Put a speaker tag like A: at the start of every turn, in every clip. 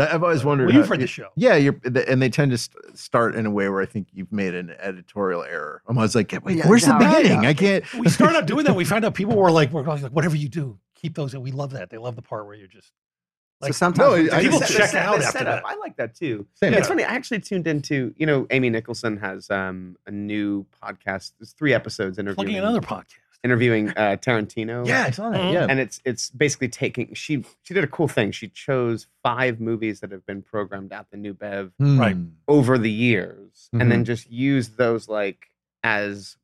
A: I- I've always wondered.
B: Well, you've
A: how-
B: read the show.
A: Yeah, you're, th- and they tend to st- start in a way where I think you've made an editorial error. I'm always like, wait,
B: Yeah,
A: where's the
B: no, yeah.
A: beginning? I can't.
B: we started out doing that. We found out people were like, we're always like, whatever you do, keep those. And we love that. They love the part where you're just like,
C: so sometimes
A: no, I-
B: people
A: the
C: set-
B: check
C: set-
B: out
C: the
B: after
C: setup.
B: that.
C: I like that too.
A: Same.
C: It's funny. I actually tuned into you know Amy Nicholson has um, a new podcast. There's three episodes interviewing
B: Plugging another podcast.
C: interviewing uh, Tarantino.
A: Yeah, it's on
B: Mhm.
A: it. Yeah,
C: and it's it's basically taking she she did a cool thing. She chose five movies that have been programmed at the New Bev
B: Right.
A: Hmm.
C: over the years, and then just used those like as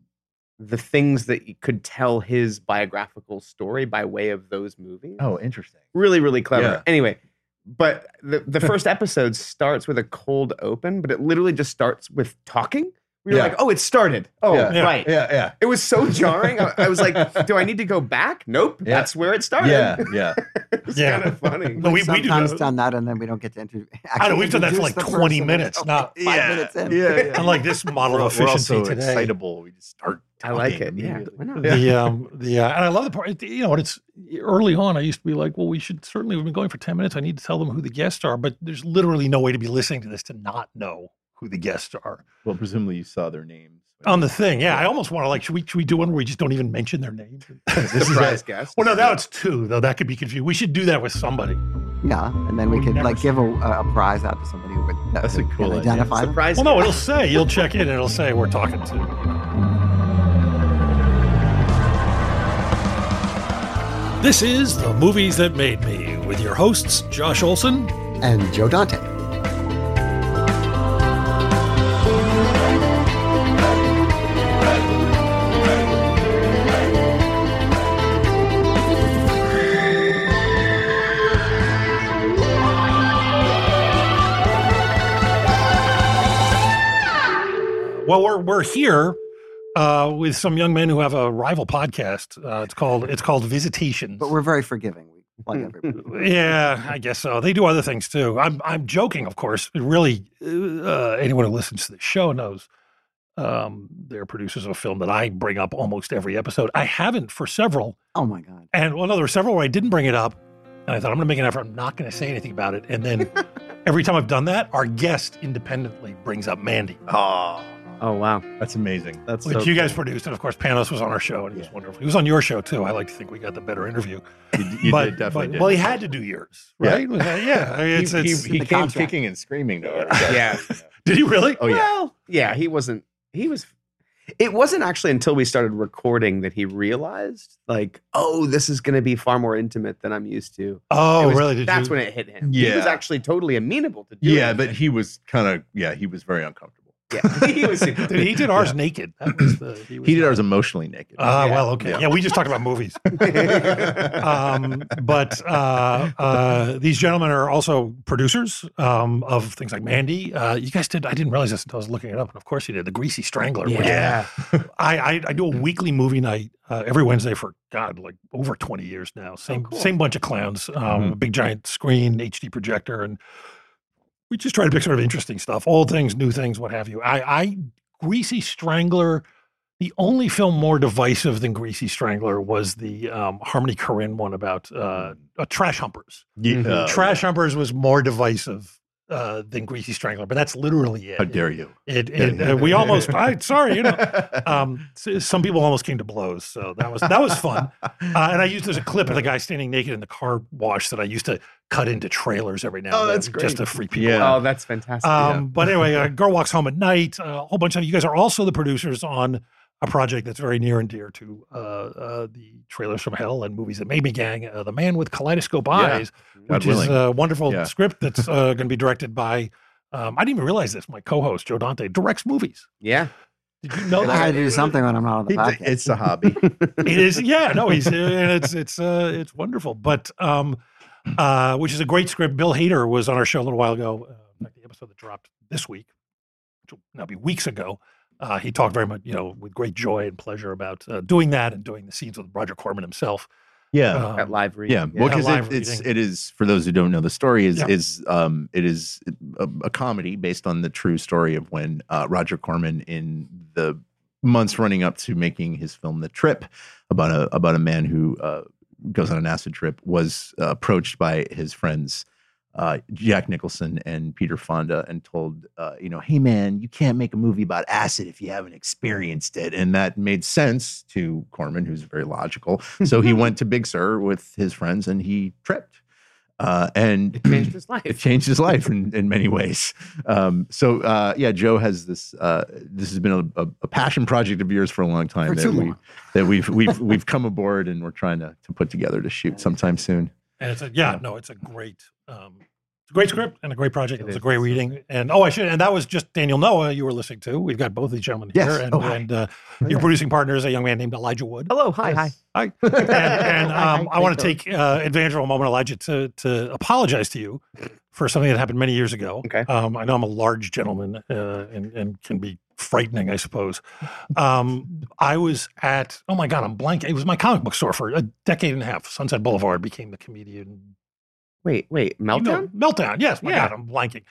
C: the things that you could tell his biographical story by way of those movies
A: Oh, interesting.
C: really really clever
A: Yeah.
C: anyway but the, the first episode starts with a cold open but it literally just starts with talking we were
A: Yeah.
C: like oh it started oh
A: Yeah.
C: right
A: Yeah, yeah,
C: it was so jarring I, I was like do i need to go back nope
A: Yeah.
C: that's where it started
A: yeah, yeah.
C: it's
B: Yeah.
C: kind of funny
B: No, we- we do
D: sometimes
B: that.
D: done that, and then we don't get to interview.
B: I know we've done that for like
D: introduce the
B: 20
D: person
B: minutes,
D: until
B: not
D: five minutes in.
A: yeah, yeah.
B: unlike this model
A: We're,
B: of
A: we're
B: efficiency
A: also
B: today.
A: excitable. We just start.
C: i like it
A: talking
C: yeah
A: immediately.
C: why not?
B: The um, the uh, and I love the part. You know, it's early on. I used to be like, well, we should certainly. We've been going for ten minutes. I need to tell them who the guests are, but there's literally no way to be listening to this to not know who the guests are
A: Well, presumably you saw their names
B: on the thing. Yeah, I almost want to like, should we should we do one where we just don't even mention their names?
A: This is
C: surprise guest
B: Well, no, now it's two though. That could be confusing. We should do that with somebody.
D: Yeah, and then we
B: We've
D: could
B: never
D: like give a, a a prize out to somebody who would that
A: That's a
D: would- can
A: cool idea.
D: identify them.
C: surprise
B: Well, no, it'll say you'll check in. and It'll say we're talking to. This is the movies that made me with your hosts Josh Olson
D: And Joe Dante.
B: Well, we're we're here uh, with some young men who have a rival podcast. Uh, it's called it's called Visitations.
D: But we're very forgiving. We plug everybody.
B: yeah, I guess so. They do other things too. I'm I'm joking, of course. But really, uh, anyone who listens to the show knows um, they're producers of a film that I bring up almost every episode. I haven't for several,
D: Oh my god.
B: and well, no, there were several where I didn't bring it up, and I thought I'm going to make an effort. I'm not going to say anything about it. And then every time I've done that, our guest independently brings up Mandy.
A: Oh,
C: oh wow
A: that's amazing.
C: that's
B: which you guys produced, and of course Panos was on our show, and he was wonderful. He was on your show too. I like to think we got the better interview.
A: You, you
B: but,
A: did definitely.
B: but-
A: did.
B: Well, he had to do yours,
A: Yeah.
B: right? Was that- Yeah, I mean, it's,
A: he,
B: it's,
A: he, he
D: the
A: came
D: contract.
A: kicking and screaming to her.
C: yeah
B: did he really?
A: Oh yeah.
C: Well, yeah, he wasn't. He was. It wasn't actually until we started recording that he realized, like, oh, this is going to be far more intimate than I'm used to. It
B: Oh,
C: was-
B: really? Did
C: that's
B: you?
C: when it hit him. he was
A: Yeah.
C: actually totally amenable to doing.
A: Yeah,
C: it.
A: but he was kind of yeah. He was very uncomfortable.
C: yeah, he was. super-
B: Dude, he did ours naked. That was the,
A: He did
B: not-
A: ours emotionally naked.
B: Ah,
C: Yeah.
B: well, okay. Yeah.
A: Yeah.
B: we just talked about movies. Um, but uh, uh, these gentlemen are also producers um, of things like Mandy. Uh, you guys did. I didn't realize this until I was looking it up, and of course you did. The Greasy Strangler. which
C: yeah.
B: I, I I do a weekly movie night uh, every Wednesday for God like over twenty years now. Same
C: cool.
B: same bunch of clowns, um,
A: Mhm.
B: a big giant screen, HD projector, and we just try to pick sort of interesting stuff, old things, new things, what have you. I, I Greasy Strangler, the only film more divisive than Greasy Strangler was the um, Harmony Korine one about uh, uh, trash humpers.
A: yeah.
C: Mhm.
A: uh,
B: mm-hmm. trash humpers was more divisive uh, than Greasy Strangler, but that's literally it.
A: How dare you?
B: It, it, uh, we almost. I sorry, you know um, s- some people almost came to blows, so that was that was fun. Uh, and I used there's a clip of the guy standing naked in the car wash that I used to cut into trailers every now.
A: Oh,
B: and then
A: that's great.
B: Just to freak people.
A: Yeah.
C: Oh, that's fantastic.
B: out. Um, But anyway, uh, girl walks home at night. uh, A whole bunch of you guys are also the producers on a project that's very near and dear to uh, uh, the trailers from hell and movies that made me gang, uh, the man with kaleidoscope
A: Yeah.
B: eyes,
A: God
B: which is uh,
A: willing.
B: a wonderful
A: Yeah.
B: script that's uh, going to be directed by. Um, I didn't even realize this. My co-host Joe Dante directs movies.
C: yeah.
B: Did you know
D: I
B: that?
D: gotta do something when I'm not on the
A: He
D: podcast.
A: d- it's a hobby.
B: it is yeah no he's and it's it's uh it's wonderful but um uh which is a great script bill hader was on our show a little while ago uh, in fact, the episode that dropped this week which will now be weeks ago Uh, he talked very much, you know, with great joy and pleasure about uh, doing that and doing the scenes with Roger Corman himself.
A: Yeah.
B: Um,
C: at live read.
A: yeah, well,
B: yeah,
A: because
B: live
A: it, it's
B: reading.
A: it is for those who don't know the story is
B: Yeah.
A: is um it is a, a comedy based on the true story of when uh, Roger Corman in the months running up to making his film The Trip about a about a man who uh, goes on an acid trip was uh, approached by his friends uh, Jack Nicholson and Peter Fonda and told uh, you know hey man you can't make a movie about acid if you haven't experienced it and that made sense to Corman who's very logical so he went to Big Sur with his friends and he tripped. Uh, and
C: It changed his
A: it
C: life.
A: changed his life in, in many ways. Um, so uh, yeah, Joe has this. Uh, this has been a, a, a passion project of yours for a long time
D: For
A: that
D: too
A: we
D: long.
A: that we've we've we've come aboard and we're trying to, to put together to shoot sometime soon.
B: And it's a, yeah, no, it's a great, um, it's a great script and a great project.
C: It
B: It was a
C: is.
B: great reading. And oh, I should, and that was just Daniel Noah you were listening to. We've got both these gentlemen
A: Yes.
B: here. And,
A: Oh, hi.
B: and uh, your producing partner is a young man named Elijah Wood.
C: Hello, Oh, hi,
B: Hi. And, and
C: Hi,
B: um,
C: hi,
B: I want
C: Rachel.
B: to take uh, advantage of a moment, Elijah, to, to apologize to you for something that happened many years ago.
C: Okay.
B: Um, I know I'm a large gentleman uh, and, and can be frightening, I suppose. Um, I was at, oh my God, I'm blanking. It was my comic book store for a decade and a half. Sunset Boulevard became the comedian.
C: Wait, wait,
B: you know,
C: Meltdown?
B: Meltdown. Yes. My
C: Yeah.
B: God, I'm blanking.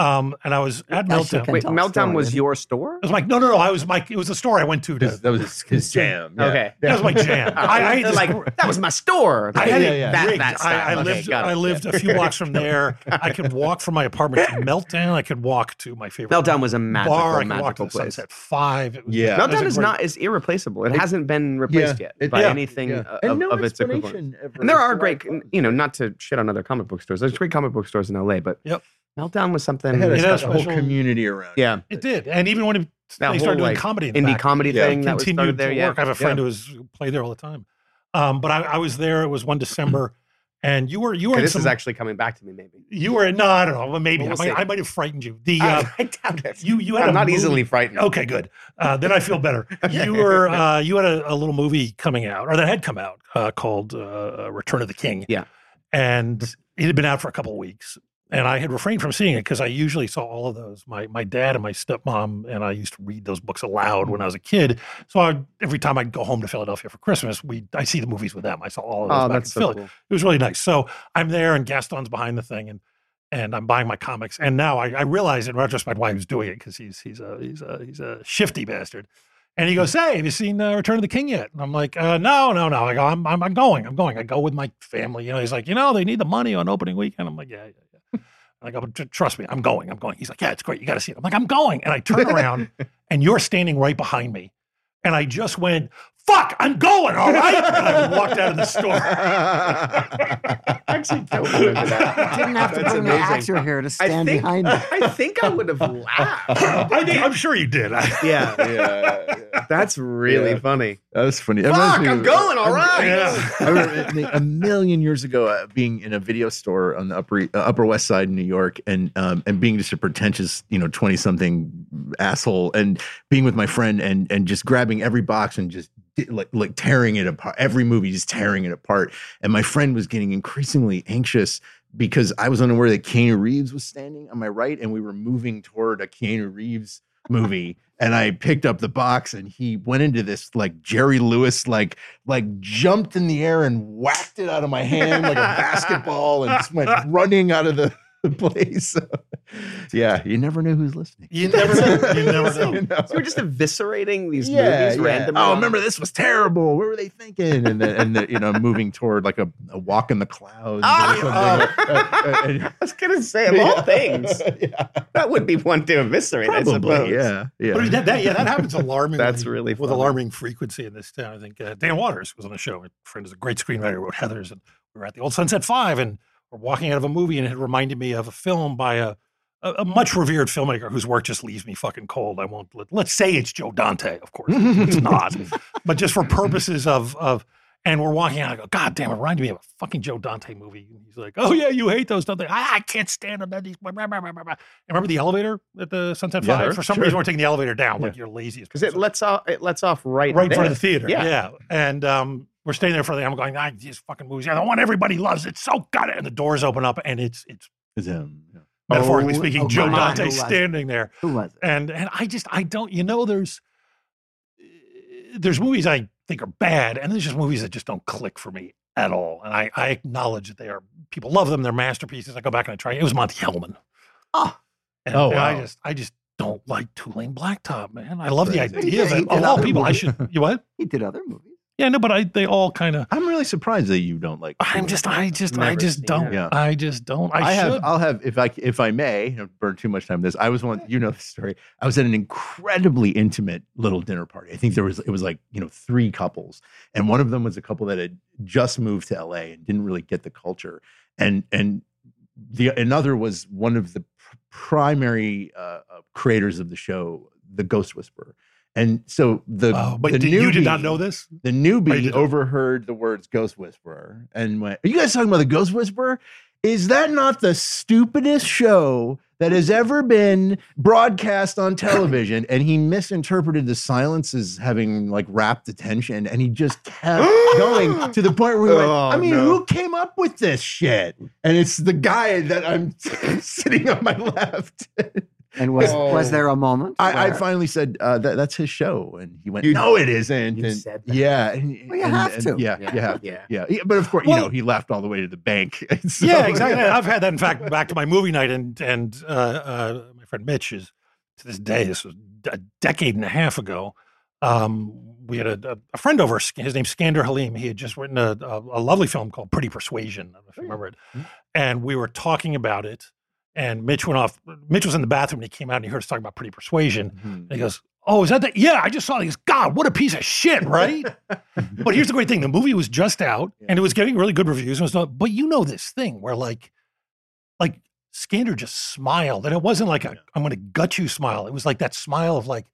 B: Um, and I was at
D: Yes, you
B: Meltdown.
D: can.
B: It
C: Wait,
D: tell a
C: Meltdown
D: story,
C: was
D: didn't
C: your store?
B: was my, no, no, no. I was my, it was a store I went to. to
A: was his, jam.
C: Okay.
B: that was my jam. I, I had
C: They're
B: this
C: like that was my store.
B: I
C: Like,
B: had
A: Yeah, yeah, yeah.
C: That,
B: rigged.
C: that
B: I, I
C: style. Okay,
B: lived.
C: got it.
B: I lived a few blocks from there. I could walk from my apartment to Meltdown. I could walk to my favorite
C: Meltdown was a magical,
B: bar. I could walk to
C: magical
B: the
C: place.
B: Sunset Five. It was-
A: Yeah.
B: it was
C: Meltdown
B: a
C: is
B: great-
C: not is irreplaceable. It, hasn't been replaced yet
A: It-
C: by
B: yeah.
C: anything
A: Yeah.
C: uh,
A: And
C: of,
A: no
C: of its
A: explanation
C: equivalent.
A: ever
C: And there
A: as
C: are
A: to
C: great,
A: why it was.
C: you know, not to shit on other comic book stores. There's great comic book stores in LA, but
B: Yep.
C: Meltdown was
A: It
C: something.
A: had a
B: You know,
A: special whole
B: special-
A: community around. it.
C: yeah,
B: It did, and even when it,
C: That
B: they
C: whole,
B: started doing
C: like,
B: comedy, in the
C: indie
B: back,
C: comedy
A: Yeah,
C: thing that was
B: continued
C: started there.
B: to
C: Yeah,
B: work. I have a friend who was played there all the time. Um, but I, I was there. It was one December, and you were you were
C: Okay,
B: in
C: this
B: some,
C: is actually coming back to me, maybe.
B: you were in- no, I don't know, but maybe
C: Well, we'll
B: I, might,
C: see.
B: I might have frightened you. The uh,
C: Oh, I, I doubt it.
B: you you had
C: I'm
B: a
C: not
B: movie-
C: easily frightened.
B: Okay, good. Uh, then I feel better. You were uh, you had a, a little movie coming out, or that had come out, uh, called uh, Return of the King.
C: Yeah.
B: and it had been out for a couple of weeks, and I had refrained from seeing it because I usually saw all of those. My my dad and my stepmom and I used to read those books aloud
C: Mm-hmm.
B: when I was a kid. So I, every time I'd go home to Philadelphia for Christmas, we I see the movies with them. I saw all of those.
C: Oh,
B: back
C: that's
B: in Philly
C: so cool.
B: it was really nice. So I'm there, and Gaston's behind the thing, and and I'm buying my comics. And now I, I realize in retrospect why he was doing it because he's he's a he's a he's a shifty bastard. And he goes, "Hey, have you seen uh, Return of the King yet?" And I'm like, uh, "No, no, no." I go, I'm, "I'm I'm going, I'm going." I go with my family. You know, he's like, "You know, they need the money on opening weekend." I'm like, "Yeah, yeah, yeah." And I go, "But tr- "Trust me, I'm going, I'm going." He's like, "Yeah, it's great. You got to see it." I'm like, "I'm going," and I turn around, and you're standing right behind me, and I just went, "Fuck, I'm going, all right." And I walked out of the store.
C: Actually, don't remember that.
D: Didn't have to
C: That's
D: bring
C: amazing.
D: the actor here to
C: I
D: stand
C: think,
D: behind me.
C: I think I would have laughed.
B: I think, I'm sure you did. I,
C: yeah,
A: yeah, yeah.
C: that's really
A: Yeah.
C: funny.
A: that was funny. It reminds
C: Fuck,
A: me
C: I'm
A: of- uh,
C: going. All right.
B: yeah.
A: I remember it- a million years ago uh, being in a video store on the upper uh, Upper West Side in New York, and um, and being just a pretentious, you know, twenty something asshole, and being with my friend and and just grabbing every box and just di- like like tearing it apart, every movie just tearing it apart, and my friend was getting increasingly anxious. Because I was unaware that Keanu Reeves was standing on my right, and we were moving toward a Keanu Reeves movie and I picked up the box and he went into this like Jerry Lewis like like jumped in the air and whacked it out of my hand like a basketball and just went running out of the the place. yeah, you never know who's listening.
B: You never know. You never know.
C: So we're just eviscerating these
A: Yeah,
C: movies
A: yeah.
C: randomly.
A: Oh, remember this was terrible. What were they thinking? And then, and the, you know, moving toward like a, a walk in the clouds.
C: Ah,
A: or something.
C: oh.
A: And- and-
C: I was gonna say of all
A: Yeah.
C: things,
A: yeah,
C: that would be one to eviscerate. I suppose.
A: probably. Yeah, yeah.
B: But that, that, yeah, that happens alarmingly.
C: That's really
B: with
C: funny.
B: alarming frequency in this town. I think uh, Dan Waters was on a show. My friend is a great screenwriter, wrote Heather's, and we were at the Old Sunset Five, and we're walking out of a movie, and it had reminded me of a film by a a, a much revered filmmaker whose work just leaves me fucking cold. I won't let, let's say it's Joe Dante, of course. It's not. but just for purposes of of and we're walking out, I go, God damn, it reminded me of a fucking Joe Dante movie. And he's like, Oh yeah, you hate those, don't they? I, I can't stand them. They're these blah, blah, blah, blah, blah, blah." And remember the elevator at the Sunset
A: Yeah,
B: Five? For some
A: sure.
B: reason we're taking the elevator down, like you're lazy as
C: because it lets off. It lets off right.
B: right in front
C: there.
B: of the theater.
C: Yeah.
B: Yeah. And um, we're staying there for the I'm going, ah, these fucking movies. I don't want everybody loves. It's so got it. And the doors open up and it's it's
A: It's him.
B: metaphorically
D: Oh,
B: speaking,
D: oh,
B: Joe
D: come on,
B: Dante
D: who was it?
B: standing there.
D: Who was it?
B: And and I just I don't you know there's there's movies I think are bad, and there's just movies that just don't click for me at all. And I, I acknowledge that they are people love them, they're masterpieces. I go back and I try. It was Monty Hellman.
D: Oh.
B: and,
A: Oh,
B: and I
A: wow.
B: just I just don't like Tulane Blacktop, man. I love the
A: Crazy.
B: idea of
D: Yeah, he
B: it. Of
D: did
B: all
D: other
B: people, I
D: movies.
B: should you what?
D: He did other movies.
B: Yeah, no, but I they all kind of
A: I'm really surprised that you don't like.
B: I'm
A: Cool.
B: just I just I
C: Never
B: just
C: seen
B: don't
A: it. Yeah.
B: I just don't I,
A: I,
B: should.
A: have. I'll have. If I if I may, I don't burn too much time. on This. I was one. You know the story. I was at an incredibly intimate little dinner party. I think there was. It was like you know three couples, and one of them was a couple that had just moved to L.A. and didn't really get the culture, and and the another was one of the pr- primary uh, uh, creators of the show, The Ghost Whisperer. And so the
B: oh, but
A: the
B: did- you did not
A: newbie-
B: know this?
A: the
B: I
A: newbie
B: didn't.
A: overheard the words ghost whisperer and went, Are you guys talking about the ghost whisperer? Is that not the stupidest show that has ever been broadcast on television? And he misinterpreted the silence as having like rapt attention and he just kept going to the point where he went,
C: Oh,
A: I mean,
C: no.
A: who came up with this shit? And it's the guy that I'm sitting on my left.
D: And was
C: Oh.
D: was there a moment?
A: I, I
D: where-
A: finally said uh, that that's his show, and he went,
C: You-
A: "No, it isn't."
C: you
A: and,
C: said that.
A: Yeah, and,
D: Well, you
A: and-
D: have
A: and-
D: to.
A: Yeah, yeah, yeah,
C: yeah.
A: Yeah, But of course, you
B: Well-
A: know, he laughed all the way to the bank. So-
B: yeah, exactly. I've had that. In fact, back to my movie night, and and uh, uh, my friend Mitch is to this day. This was a decade and a half ago. Um, we had a, a- a friend over. His name's Skander Halim. He had just written a, a, a lovely film called Pretty Persuasion. I don't know if you remember it. And we were talking about it, and Mitch went off. Mitch was in the bathroom, and he came out and he heard us talking about Pretty Persuasion.
A: Mhm.
B: And he goes, "Oh, is that that? Yeah, I just saw it." He goes, "God, what a piece of shit, right?" but here's the great thing: the movie was just out,
A: Yeah.
B: and it was getting really good reviews. And it was not, but you know this thing where like, like Skander just smiled, and it wasn't like a "I'm going to gut you" smile. It was like that smile of like,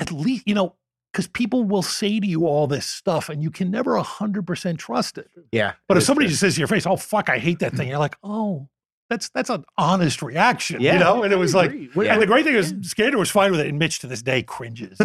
B: at least you know, because people will say to you all this stuff, and you can never hundred percent trust it.
C: Yeah.
B: But if
C: It's
B: somebody
C: true.
B: just says to your face, "Oh fuck, I hate that thing," you're like, "Oh." That's that's an honest reaction,
C: Yeah.
B: you know, and it was like
A: Agree. When-
C: Yeah.
B: and the great thing is, Skander was fine with it, and Mitch to this day cringes.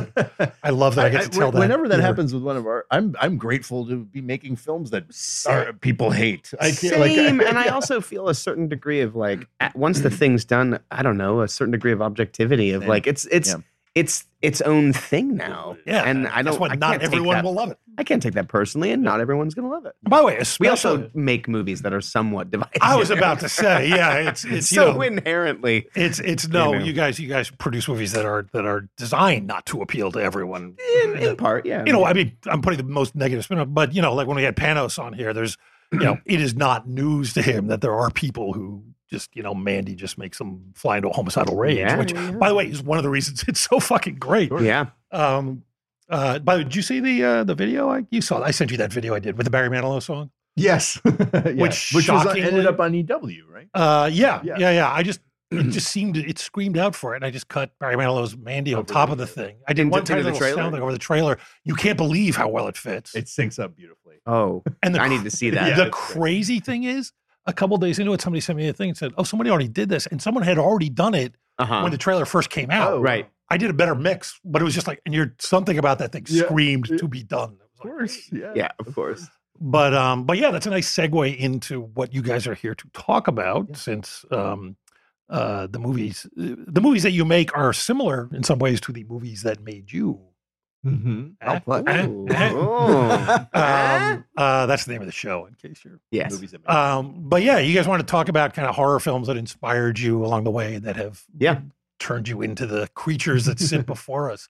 B: I love that I,
A: I-
B: get
A: I-
B: to tell that.
A: whenever that
B: later.
A: happens with one of our, I'm I'm grateful to be making films that are, people hate. I can't, like,
C: Same, and I also feel a certain degree of like at, once the thing's done, I don't know, a certain degree of objectivity of
A: Same.
C: like it's it's
A: Yeah.
C: it's its own thing now.
B: yeah,
C: and I
B: that's
C: don't.
B: why
C: I
B: not
C: can't take
B: everyone
C: that-
B: will love it.
C: I can't take that personally, and not everyone's gonna love it.
B: By the way,
C: We
B: especially,
C: also make movies that are somewhat divisive.
B: I was about to say, yeah, it's it's you
C: so
B: know,
C: inherently.
B: it's it's no,
C: you know.
B: you guys you guys produce movies that are that are designed not to appeal to everyone.
C: In, in part, yeah.
B: you know, I mean, I'm putting the most negative spin on, it, but you know, like when we had Panos on here, there's you know, it is not news to him that there are people who just you know, Mandy just makes them fly into a homicidal rage,
C: Yeah.
B: which by the way is one of the reasons it's so fucking great.
C: yeah.
B: Um, uh, by the way, did you see the uh, the video? I you saw. I sent you that video I did with the Barry Manilow song.
A: yes, Yeah.
B: Which
A: was on-
B: shockingly-
A: ended up on EW, right?
B: Uh, yeah,
A: Yeah.
B: yeah, yeah, I just it just seemed it screamed out for it, and I just cut Barry Manilow's Mandy on
A: Over
B: top
A: the-
B: of the thing. I did
C: Into-
B: one tiny
C: into the
B: little
C: trailer?
B: sound like over the trailer. You can't believe how well it fits.
A: It syncs up beautifully.
C: Oh,
B: and the
C: I need to see that.
A: Yeah.
B: the
A: it's great.
B: crazy thing is, a couple days into it, somebody sent me a thing and said, "Oh, somebody already did this," and someone had already done it
C: Uh-huh.
B: when the trailer first came out.
A: Uh. Oh,
C: right.
B: I did a better mix, but it was just like, and you're something about that thing
A: Yeah.
B: screamed
A: Yeah.
B: to be done. It was
A: Of
B: like,
A: course, yeah.
C: Yeah, of course.
B: but um but yeah that's a nice segue into what you guys are here to talk about since um uh the movies the movies that you make are similar in some ways to the movies that made you
A: Mhm.
B: Eh?
D: what?
B: Eh? Eh?
C: Oh.
B: um, uh, that's the name of the show in case you're
C: yes.
A: Movies that make-
B: um but yeah you guys want to talk about kind of horror films that inspired you along the way that have
C: Yeah.
B: turned you into the creatures that sit before us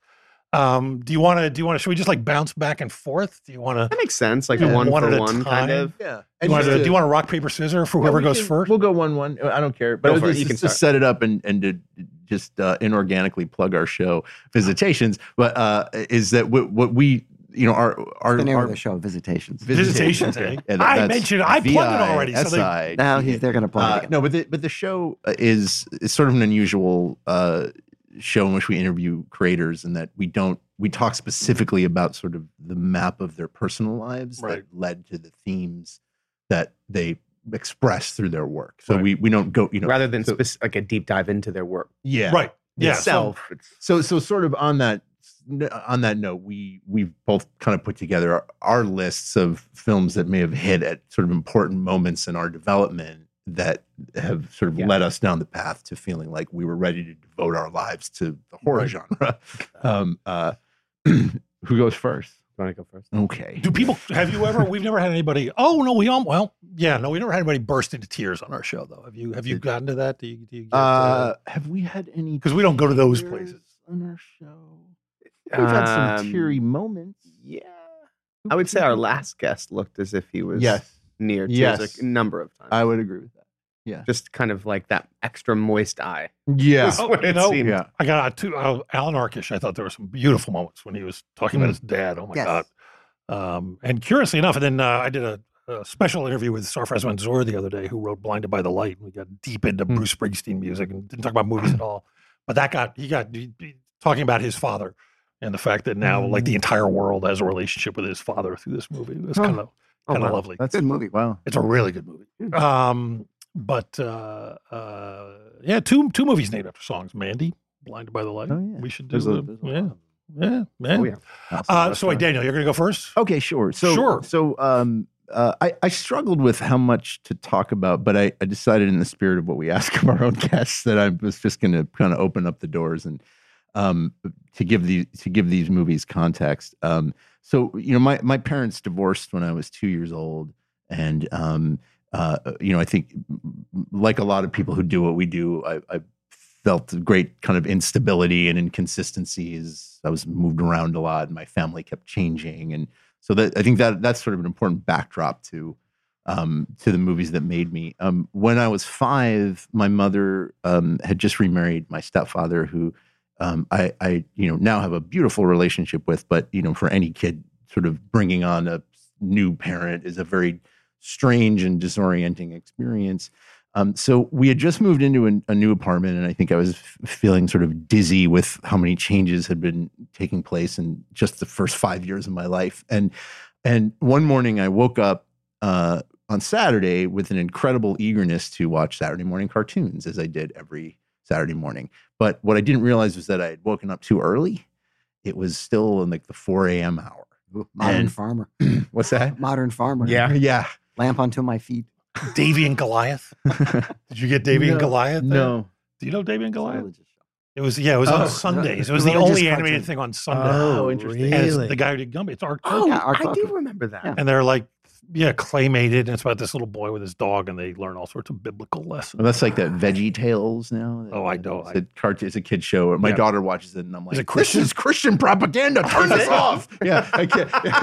B: um do you want to do you want to should we just like bounce back and forth do you want to
C: That makes sense. Like
B: Yeah.
C: a one,
B: One at
C: for
B: a
C: one kind
B: time.
C: of.
A: yeah.
B: do
A: And
B: you want
A: just
B: to,
A: to-
B: do you want to rock paper scissors for
A: Yeah,
B: whoever
A: we
B: goes
A: can-
B: first
A: We'll go one one. Uh, I don't care. But
C: Go
A: it
C: for it.
A: was
C: You
A: just,
C: can
A: just
C: start.
A: set it up and and to just uh, inorganically plug our show visitations. But uh, is that what, what we you know our our,
D: the name
A: our
D: of the show, Visitations.
B: Visitations, eh?
A: Yeah, that-
B: I
A: that's
B: mentioned it. I plugged it already. So they,
A: VISI.
D: Now he's they're gonna play
A: Uh,
D: it again.
A: no, but the, but the show uh, is is sort of an unusual uh, show in which we interview creators, and that we don't we talk specifically about sort of the map of their personal lives
B: Right.
A: that led to the themes that they express through their work. So
B: Right.
A: we we don't go you know
C: rather than
A: so-
C: spec- like a deep dive into their work
A: yeah
B: right. Yeah. So,
C: itself. It's-
A: so so sort of on that on that note we we've both kind of put together our, our lists of films that may have hit at sort of important moments in our development that have sort of
C: Yeah.
A: led us down the path to feeling like we were ready to devote our lives to the horror genre. Um, uh, who goes first?
C: want to go first?
A: Okay.
B: Do people have you ever? We've never had anybody. Oh no, we all well, yeah, no, we never had anybody burst into tears on our show though. Have you? Have you gotten to that? Do you? Do you? Get,
A: Uh, have we had any?
B: because we don't go to those
A: tears
B: places.
A: on our show. We've had some
C: Um,
A: teary moments.
C: Yeah. I would say our last guest looked as if he was
A: Yes,
C: near tears
A: Yes.
C: a number of times.
A: I would agree with that.
C: Just kind of like that extra moist eye.
A: Yeah.
C: That's
B: Oh,
C: what
B: you
C: it
B: know,
C: seemed.
A: Yeah.
B: I got two. Uh, Alan Arkish. I thought there were some beautiful moments when he was talking about his dad. Oh my
D: Yes.
B: god! Um, and curiously enough, and then uh, I did a, a special interview with Sarfraz Manzoor the other day, who wrote "Blinded by the Light." We got deep into
A: Hmm.
B: Bruce Springsteen music and didn't talk about movies at all. But that got he got he- he- talking about his father and the fact that now, like the entire world has a relationship with his father through this movie. It was
D: Huh.
B: kind of
D: Oh,
B: kind of
D: wow.
B: lovely.
D: That's a good movie. Wow.
B: It's a really good movie. Um, but uh, uh, yeah, two two movies named after songs. Mandy, Blinded by the Light.
D: Oh, yeah.
B: We should do
A: There's a-
B: the-
A: there's a lot
B: yeah,
A: of
B: yeah, man.
C: Oh, yeah.
B: Uh, so wait, Daniel, you're gonna go first.
A: Okay, sure. So
B: Sure.
A: So um, uh, I I struggled with how much to talk about, but I, I decided in the spirit of what we ask of our own guests that I was just going to kind of open up the doors and um to give these to give these movies context. Um, so you know my my parents divorced when I was two years old, and um, uh, you know I think like a lot of people who do what we do, I. I Felt great kind of instability and inconsistencies. I was moved around a lot, and my family kept changing. And so that I think that that's sort of an important backdrop to um, to the movies that made me. Um, when I was five, my mother um, had just remarried my stepfather, who um, I, I you know now have a beautiful relationship with. But you know, for any kid, sort of bringing on a new parent is a very strange and disorienting experience. Um, so we had just moved into an, a new apartment, and I think I was f- feeling sort of dizzy with how many changes had been taking place in just the first five years of my life. And and one morning I woke up uh, on Saturday with an incredible eagerness to watch Saturday morning cartoons, as I did every Saturday morning. But what I didn't realize was that I had woken up too early. It was still in like the four a.m. hour.
D: Modern
A: And-
D: farmer.
A: What's that?
D: Modern farmer.
A: Yeah.
D: Lamp unto my feet.
B: Davy and Goliath. Did you get Davy and
A: No,
B: Goliath? there?
A: No.
B: Do you know Davy and
D: It's a
B: Goliath?
D: religious show.
B: It was yeah. It was
A: Oh,
B: on Sundays. It was
D: the
B: the
D: religious
B: only animated
D: cartoon.
B: thing on Sunday.
A: Oh, interesting.
B: And it's
A: really?
B: the guy who did Gumby. It's Art. Carter.
C: Oh,
D: Yeah, our
C: I do
D: coffee.
C: remember that.
D: Yeah.
B: And they're like yeah, claymated. And it's about this little boy with his dog, and they learn all sorts of biblical lessons.
A: Well, that's like that Veggie Tales now.
B: Oh, I know.
A: It's a, cart- it's a kid show. My
B: Yeah.
A: daughter watches it, and I'm like,
B: Is it
A: "This
B: Christian?
A: is Christian propaganda. Turn
B: Is
A: this
B: it?
A: off." Yeah, I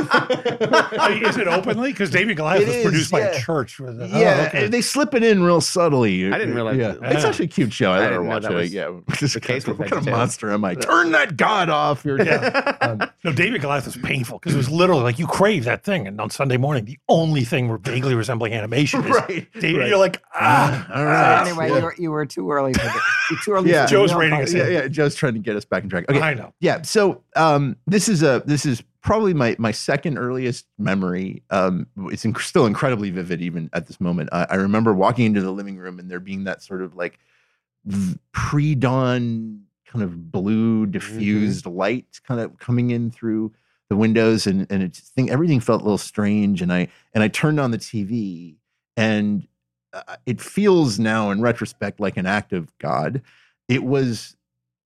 A: can't.
B: Hey, is it openly? Because David Goliath
A: It
B: was
A: is,
B: produced by a
A: yeah.
B: church. Was it? Oh,
A: yeah,
B: okay.
A: they slip it in real subtly.
C: I didn't realize
A: Yeah.
C: that.
A: It's
B: Yeah.
A: actually a cute show. I,
C: I
A: let her
C: didn't know
A: watch
C: that
A: it.
C: was
A: yeah, Just
C: the case
A: kind of-
C: with
A: what kind of
C: Veggie Tales.
A: monster am I? Turn that god off. You're
B: Yeah.
A: Um,
B: No, David Goliath was painful because it was literally like you crave that thing, and on Sunday morning, the only thing we're vaguely resembling animation is
A: right.
B: David.
A: right.
B: You're like, ah,
A: all right.
D: anyway,
A: yeah.
D: you, were, you were too early. For the, you were too early.
A: Yeah.
D: for the
B: Joe's
D: real
B: rating
D: coffee.
B: us in.
A: yeah, yeah. Joe's trying to get us back on track. Okay,
B: I know.
A: yeah so um this is a this is probably my my second earliest memory um it's inc- still incredibly vivid even at this moment I, I remember walking into the living room and there being that sort of like v- pre-dawn kind of blue diffused light kind of coming in through the windows and and it just think everything felt a little strange and i and i turned on the tv and uh, it feels now in retrospect like an act of god it was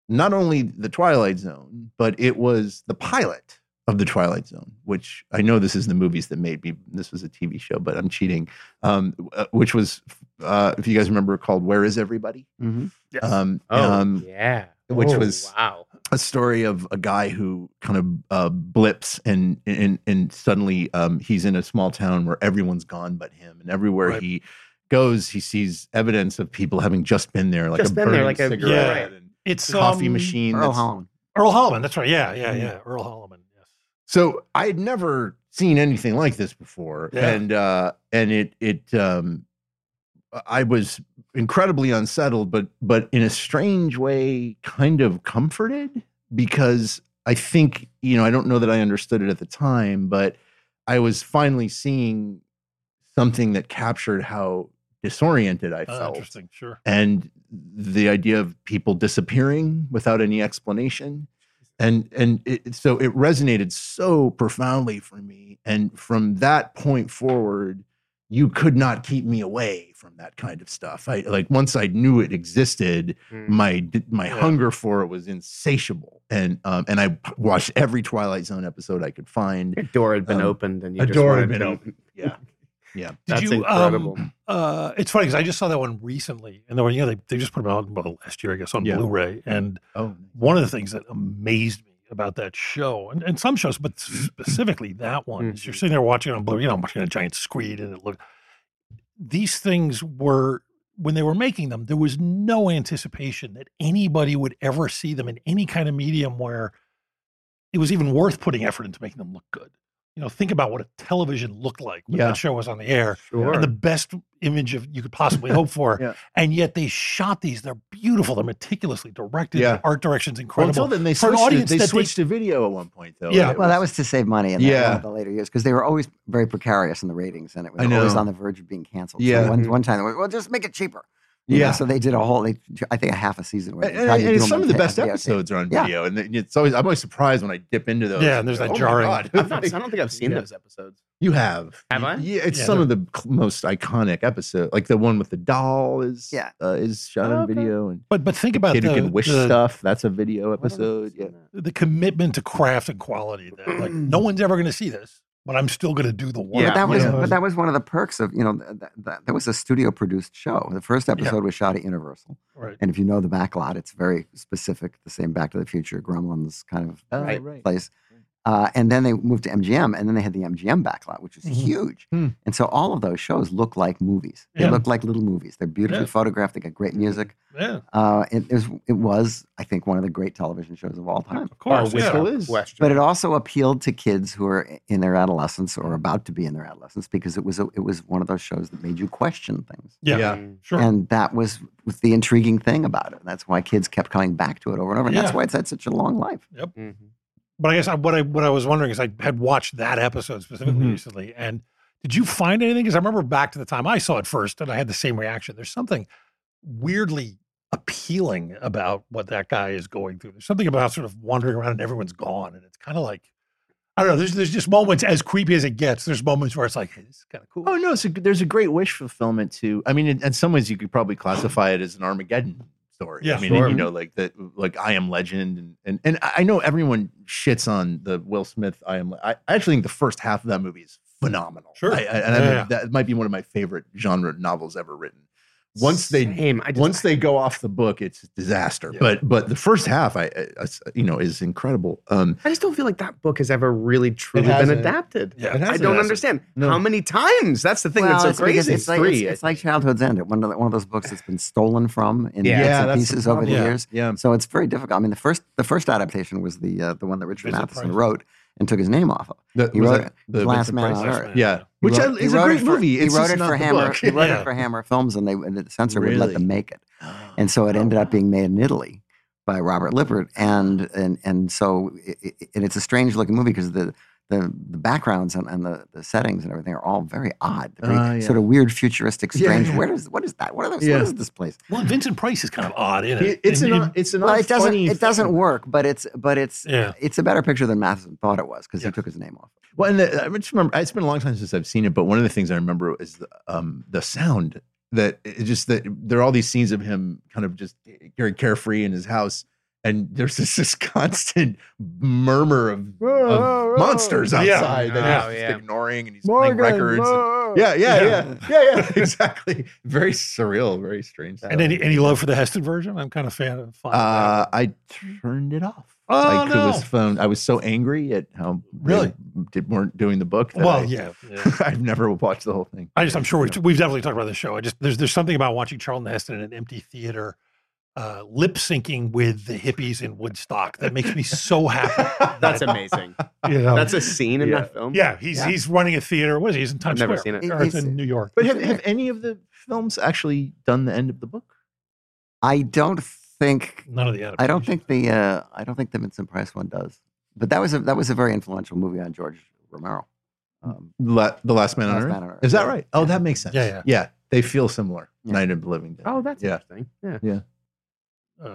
A: not only the Twilight Zone, but it was the pilot of the Twilight Zone, which I know this is the movies that made me. This was a TV show, but I'm cheating. Um, uh, which was, uh, if you guys remember, called "Where Is Everybody?"
D: Mhm.
B: Yes.
A: Um,
C: Oh,
A: um,
C: yeah.
A: which
C: Oh,
A: was-
C: wow.
A: a story of a guy who kind of uh, blips and and and suddenly um, he's in a small town where everyone's gone but him, and everywhere
B: Right.
A: he goes, he sees evidence of people having just been there, like
C: Just
A: a
C: been there,
A: burning
C: like a-
A: cigarette
C: yeah.
A: and
B: it's
A: coffee
B: um,
A: machine.
D: Earl
A: that's-
D: Holland.
B: Earl Holliman. That's right. Yeah, yeah, yeah. Earl Holliman. Yes.
A: So I had never seen anything like this before,
B: Yeah.
A: and uh, and it it um, I was incredibly unsettled, but but in a strange way, kind of comforted because I think you know I don't know that I understood it at the time, but I was finally seeing something that captured how disoriented I
B: Uh,
A: felt
B: interesting. Sure.
A: and the idea of people disappearing without any explanation and and it, so it resonated so profoundly for me and from that point forward you could not keep me away from that kind of stuff. I like once I knew it existed,
C: Mm.
A: my d- my
B: Mm-hmm. Yeah.
A: hunger for it was insatiable, and um, and I p- watched every Twilight Zone episode I could find.
C: Your door had been
A: Um,
C: opened, and you
A: a
C: just
A: door had
C: wanted
A: been
C: to-
A: opened. Yeah.
B: Did
C: That's
B: you,
C: incredible.
B: Um, uh, it's funny because I just saw that one recently, and they were, you know, they, they just put them out well, last year, I guess, on
A: Yeah.
B: Blu-ray. And
A: Oh,
B: one of the things that amazed me about that show, and, and some shows, but specifically that one, is you're
C: Mhm.
B: sitting there watching it on Blu-ray. You know, I'm watching a giant screen, and it looked. These things were when they were making them. There was no anticipation that anybody would ever see them in any kind of medium where it was even worth putting effort into making them look good. You know, think about what a television looked like when
A: Yeah.
B: that show was on the air
C: Sure.
B: and the best image of you could possibly hope for.
D: Yeah.
B: And yet they shot these. They're beautiful. They're meticulously directed.
A: Yeah.
B: The art direction's
A: well, until
B: incredible.
A: then they
B: For an
A: switched.
B: audience
A: to, they
B: that they-
A: switched to video at one point, though.
B: Yeah.
A: It
D: Well, that was to save money in the,
A: Yeah.
D: yeah. the later years because they were always very precarious in the ratings and it was
A: I
D: always
A: know.
D: on the verge of being canceled.
A: Yeah.
D: So one, one time they went, well, just make it cheaper. You know,
A: Yeah.
D: so they did a whole, they, I think a half a season. Where
A: And,
D: they tried to
A: and
D: do
A: some
D: them
A: of the
D: on
A: best
D: video tape.
A: episodes are on
D: Yeah.
A: video, and it's always I'm always surprised when I dip into those. Oh
B: Yeah, and there's that
A: my
B: jarring-
A: God.
C: I've not, I don't think I've seen
A: Yeah.
C: those episodes.
A: You have.
C: Have I?
A: Yeah, it's
B: Yeah,
A: some of the cl- most iconic episode, like the one with the doll is
D: Yeah.
A: uh, is shot
C: Oh,
A: on
C: okay.
A: video, and
B: but but think
A: the
B: about
A: kid
B: the,
A: who can wish
B: the-
A: stuff. That's a video
C: I don't know if
A: episode.
C: I've
A: Yeah.
C: seen that.
B: the commitment to craft and quality. That like no one's ever going to see this, but I'm still going to do the work.
C: Yeah.
D: But that was
A: Yeah.
D: but that was one of the perks of you know th- th- that, that was a studio produced show. The first episode was shot at Universal,
B: right.
D: and if you know the back lot, it's very specific. The same Back to the Future, Gremlins kind of
A: Oh,
C: Right.
A: right.
D: place. Uh, and then they moved to MGM, and then they had the MGM backlot, which is
B: Mhm.
D: huge.
A: Hmm.
D: And so all of those shows look like movies. They
B: Yeah.
D: look like little movies. They're beautifully
B: Yeah.
D: photographed. They got great music.
B: Yeah,
D: Uh, it, is- it was, I think, one of the great television shows of all time.
B: of course.
A: Oh,
B: yeah.
A: Whistle is.
C: Question.
D: But it also appealed to kids who are i- in their adolescence or about to be in their adolescence because it was a, it was one of those shows that made you question things.
B: Yeah,
A: Yeah.
C: Mm.
B: sure.
D: And that was, was the intriguing thing about it. That's why kids kept coming back to it over and over. And that's
B: Yeah.
D: why it's had such a long life.
C: Mhm.
B: but I guess I, what I what I was wondering is I had watched that episode specifically
A: Mhm.
B: recently, and did you find anything? Because I remember back to the time I saw it first, and I had the same reaction. There's something weirdly appealing about what that guy is going through. There's something about sort of wandering around and everyone's gone, and it's kind of like I don't know. There's there's just moments as creepy as it gets. There's moments where it's like hey, this is kind of cool.
A: Oh no, it's a, there's a great wish fulfillment to. I mean, in, in some ways, you could probably classify it as an Armageddon story.
B: Yeah.
A: I mean,
C: Sure.
A: you know, like that, like I Am Legend, and, and and I know everyone shits on the Will Smith I Am. Le- I I actually think the first half of that movie is phenomenal.
B: Sure.
A: I, I- and I
B: Yeah,
A: mean,
B: yeah.
A: that might be one of my favorite genre novels ever written. Once they
C: Same. I just-
A: once they go off the book, it's a disaster.
B: Yeah.
A: But but the first half, I, I- I- you know, is incredible. Um,
C: I just don't feel like that book has ever really truly been
A: hasn't.
C: adapted.
B: Yeah.
A: it
C: I
A: hasn't-
C: don't understand
A: No.
C: how many times. That's the thing
D: Well,
C: that's
D: it's
C: so
D: because
C: crazy.
D: It's like,
C: Three,
D: It's,
C: I
A: uh,
D: it's like Childhood's End. One of, the, one of those books that's been stolen from in
C: Yeah.
D: bits
A: Yeah,
D: and
A: that's the
D: pieces over the
A: problem.
B: Yeah.
D: years.
A: yeah,
D: So it's very difficult. I mean, the first the first adaptation was the uh, the one that Richard
B: Vincent
D: Matheson
B: Price.
D: wrote and took his name off of.
A: The-
D: He
A: was
D: wrote
A: that
D: it,
A: the
D: Last
A: Vincent
D: Man
A: Price?
D: on
B: Last
D: Earth.
B: Man.
A: Yeah, which
D: He
A: I,
D: wrote- he
A: is a
D: wrote
A: great
D: it for-
A: movie.
D: he
A: It's
D: wrote
A: just
D: it
A: not
D: for
A: the
D: Hammer.
A: book.
D: He wrote
B: Yeah.
D: it for Hammer Films, and they and the censor wouldn't let
A: Really?
D: them make it, and so it
A: Oh,
D: ended
A: wow.
D: up being made in Italy by Robert Lippert, and and and so it, it, and it's a strange looking movie because the. The, the backgrounds and, and the, the settings and everything are all very odd, very
A: Ah, yeah.
D: sort of weird, futuristic,
A: Yeah,
D: strange.
A: yeah.
D: Where does what is that? What, are those,
A: Yeah.
D: what is this place?
B: Well, and Vincent Price is kind of odd in it.
A: It- it's
B: And-
A: an
B: and-
A: odd- it's an
D: Well,
A: odd
D: it doesn't
A: funny
D: it doesn't
A: thing.
D: work, but it's but it's
B: yeah.
D: it's a better picture than Matheson thought it was because
B: Yeah.
D: he took his name off.
A: Well, and the, I just remember it's been a long time since I've seen it, but one of the things I remember is the um, the sound that it just that there are all these scenes of him kind of just very carefree in his house, and there's this this constant murmur of, of monsters
B: Yeah.
A: outside that
C: Oh,
A: he's
C: yeah.
A: just ignoring, and he's playing records. and- yeah, yeah, yeah, yeah, yeah, exactly. Very surreal, very strange.
B: And any any love for the Heston version? I'm kind of fan of. fond of that.
A: Uh, I turned it off.
B: Oh,
A: like it was
B: no.
A: phone. I was so angry at how they
B: Really?
A: did, weren't doing the book. that
B: well,
A: I-
B: yeah, yeah.
A: I've never watched the whole thing.
B: I just, I'm sure we've,
A: Yeah.
B: we've definitely talked about this show. I just, there's, there's something about watching Charlton Heston in an empty theater, uh, lip syncing with the hippies in Woodstock that makes me so happy.
C: That's amazing.
B: You know?
C: That's a scene in
A: Yeah.
C: that film.
B: yeah, he's,
D: Yeah.
B: he's running a theater. What is he? He's in Times
C: never
B: Square,
D: it.
C: seen
B: Or it's
D: It's-
B: in New York.
A: But have, have any of the films actually done the end of the book?
D: I don't think
B: None of the
D: I don't think the uh, I don't think the Vincent Price one does. But that was a that was a very influential movie on George Romero.
A: Hmm.
D: Um,
A: La- the Last Man on
D: Last
A: Earth.
D: Man on Earth,
A: Is that
D: yeah.
A: right? Oh,
D: Yeah.
A: that makes sense.
B: Yeah, yeah.
A: They feel similar.
D: Yeah.
A: Night of the Living Dead.
C: Oh, that's
A: Yeah.
C: interesting. Yeah.
B: adaptations. Uh,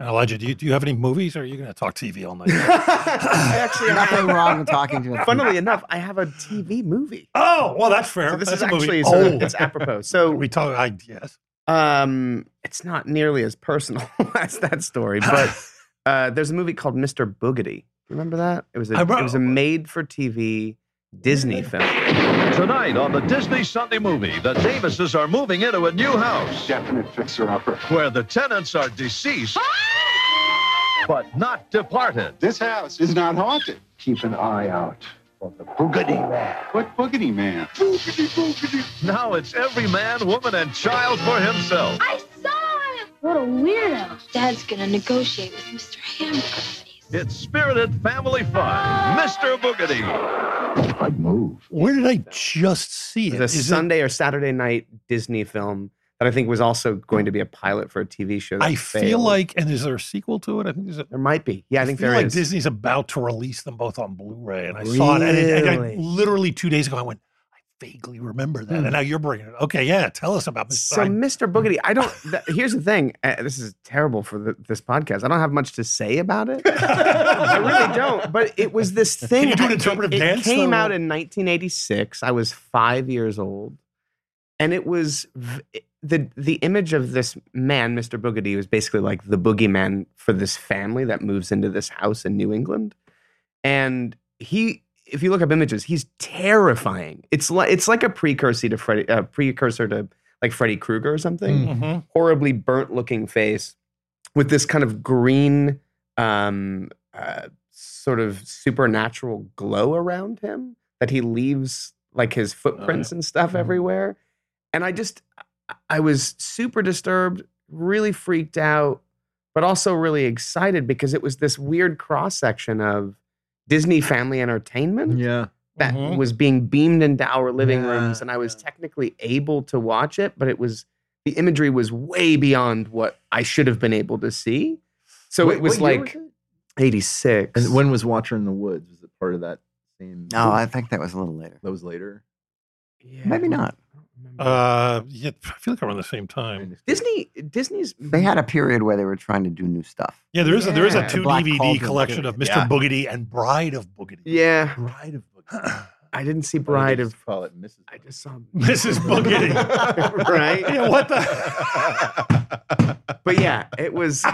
B: And Elijah, do you, do you have any movies or are you going to talk TV all night?
C: I actually
D: Nothing
C: have-
D: wrong with talking to a
C: Funnily enough, I have a TV movie.
B: oh, well, that's fair.
C: So this
B: That's a
C: is
B: movie.
C: actually so
B: Oh.
C: it's apropos. So
B: we talk, I, yes.
C: um, it's not nearly as personal as that story, but uh, there's a movie called Mr. Boogedy. Remember that? It was a
B: I wrote-
C: it was a made for TV Disney film.
E: Tonight on the Disney Sunday movie, the Davises are moving into a new house
F: definite fixer-upper.
E: where the tenants are deceased but not departed.
F: This house is not haunted. Keep an eye out for the boogity man. What boogity man? Boogity, boogity.
E: Now it's every man, woman, and child for himself.
G: I saw him! What a weirdo. Dad's gonna negotiate with Mr. Hammer.
E: It's spirited family fun. Mr. Boogedy.
F: I'd move.
B: Where did I just see
C: It
B: it?
C: was a
B: Is it-
C: Sunday or Saturday night Disney film that I think was also going to be a pilot for a TV show. that
B: I feel
C: failed.
B: like, and is there a sequel to it? I think there's a,
C: there might be. Yeah, I think
B: feel
C: there is.
B: like Disney's about to release them both on Blu-ray, and I saw it, and, it- and I-
C: Really? Hmm.
B: literally two days ago, I went, I vaguely remember that, and now you're bringing it. Okay, yeah, tell us about this.
C: So,
B: I-
C: Mr. Boogedy, I don't. Th- here's the thing. Uh, this is terrible for the, this podcast. I don't have much to say about it. I really don't. But it was this thing.
B: you do an
C: I- it-
B: interpretive
C: it,
B: dance,
C: came
B: though?
C: out in 1986. I was five years old, and it was v- the the image of this man, Mr. Boogedy, was basically like the boogeyman for this family that moves into this house in New England, and he. If you look up images, he's terrifying. It's like it's like a precursor to Freddy, uh, precursor to like Freddy Krueger or something.
B: Mhm.
C: Horribly burnt looking face with this kind of green, um, uh, sort of supernatural glow around him that he leaves like his footprints and stuff everywhere. And I just, I- I was super disturbed, really freaked out, but also really excited because it was this weird cross section of Disney family entertainment
A: Yeah.
C: that
B: Mhm.
C: was being beamed into our living
A: Yeah,
C: rooms and I was technically able to watch it, but it was the imagery was way beyond what I should have been able to see. So
A: What-
C: it was
A: what year
C: like
A: was
C: 86.
A: it? And when was Watcher in the Woods? Was it part of that same?
D: No, Oh, I think that was a little later.
A: that was later.
C: Yeah.
D: Maybe not.
B: uh, yeah, I feel like around the same time.
C: Disney Disney's
B: mm-hmm.
D: They had a period where they were trying to do new stuff.
B: Yeah, there is a, there is
C: Yeah.
B: a
C: The
B: two
D: Black
B: DVD
D: Cauldron
B: collection of Mr.
A: period. Yeah.
B: Boogedy and Bride of Boogedy.
C: Yeah.
A: Bride of
C: I didn't see Bride of
A: call it Mrs.
C: I just saw
B: Mrs. Boogedy.
C: right?
B: yeah, what the?
C: But yeah, it was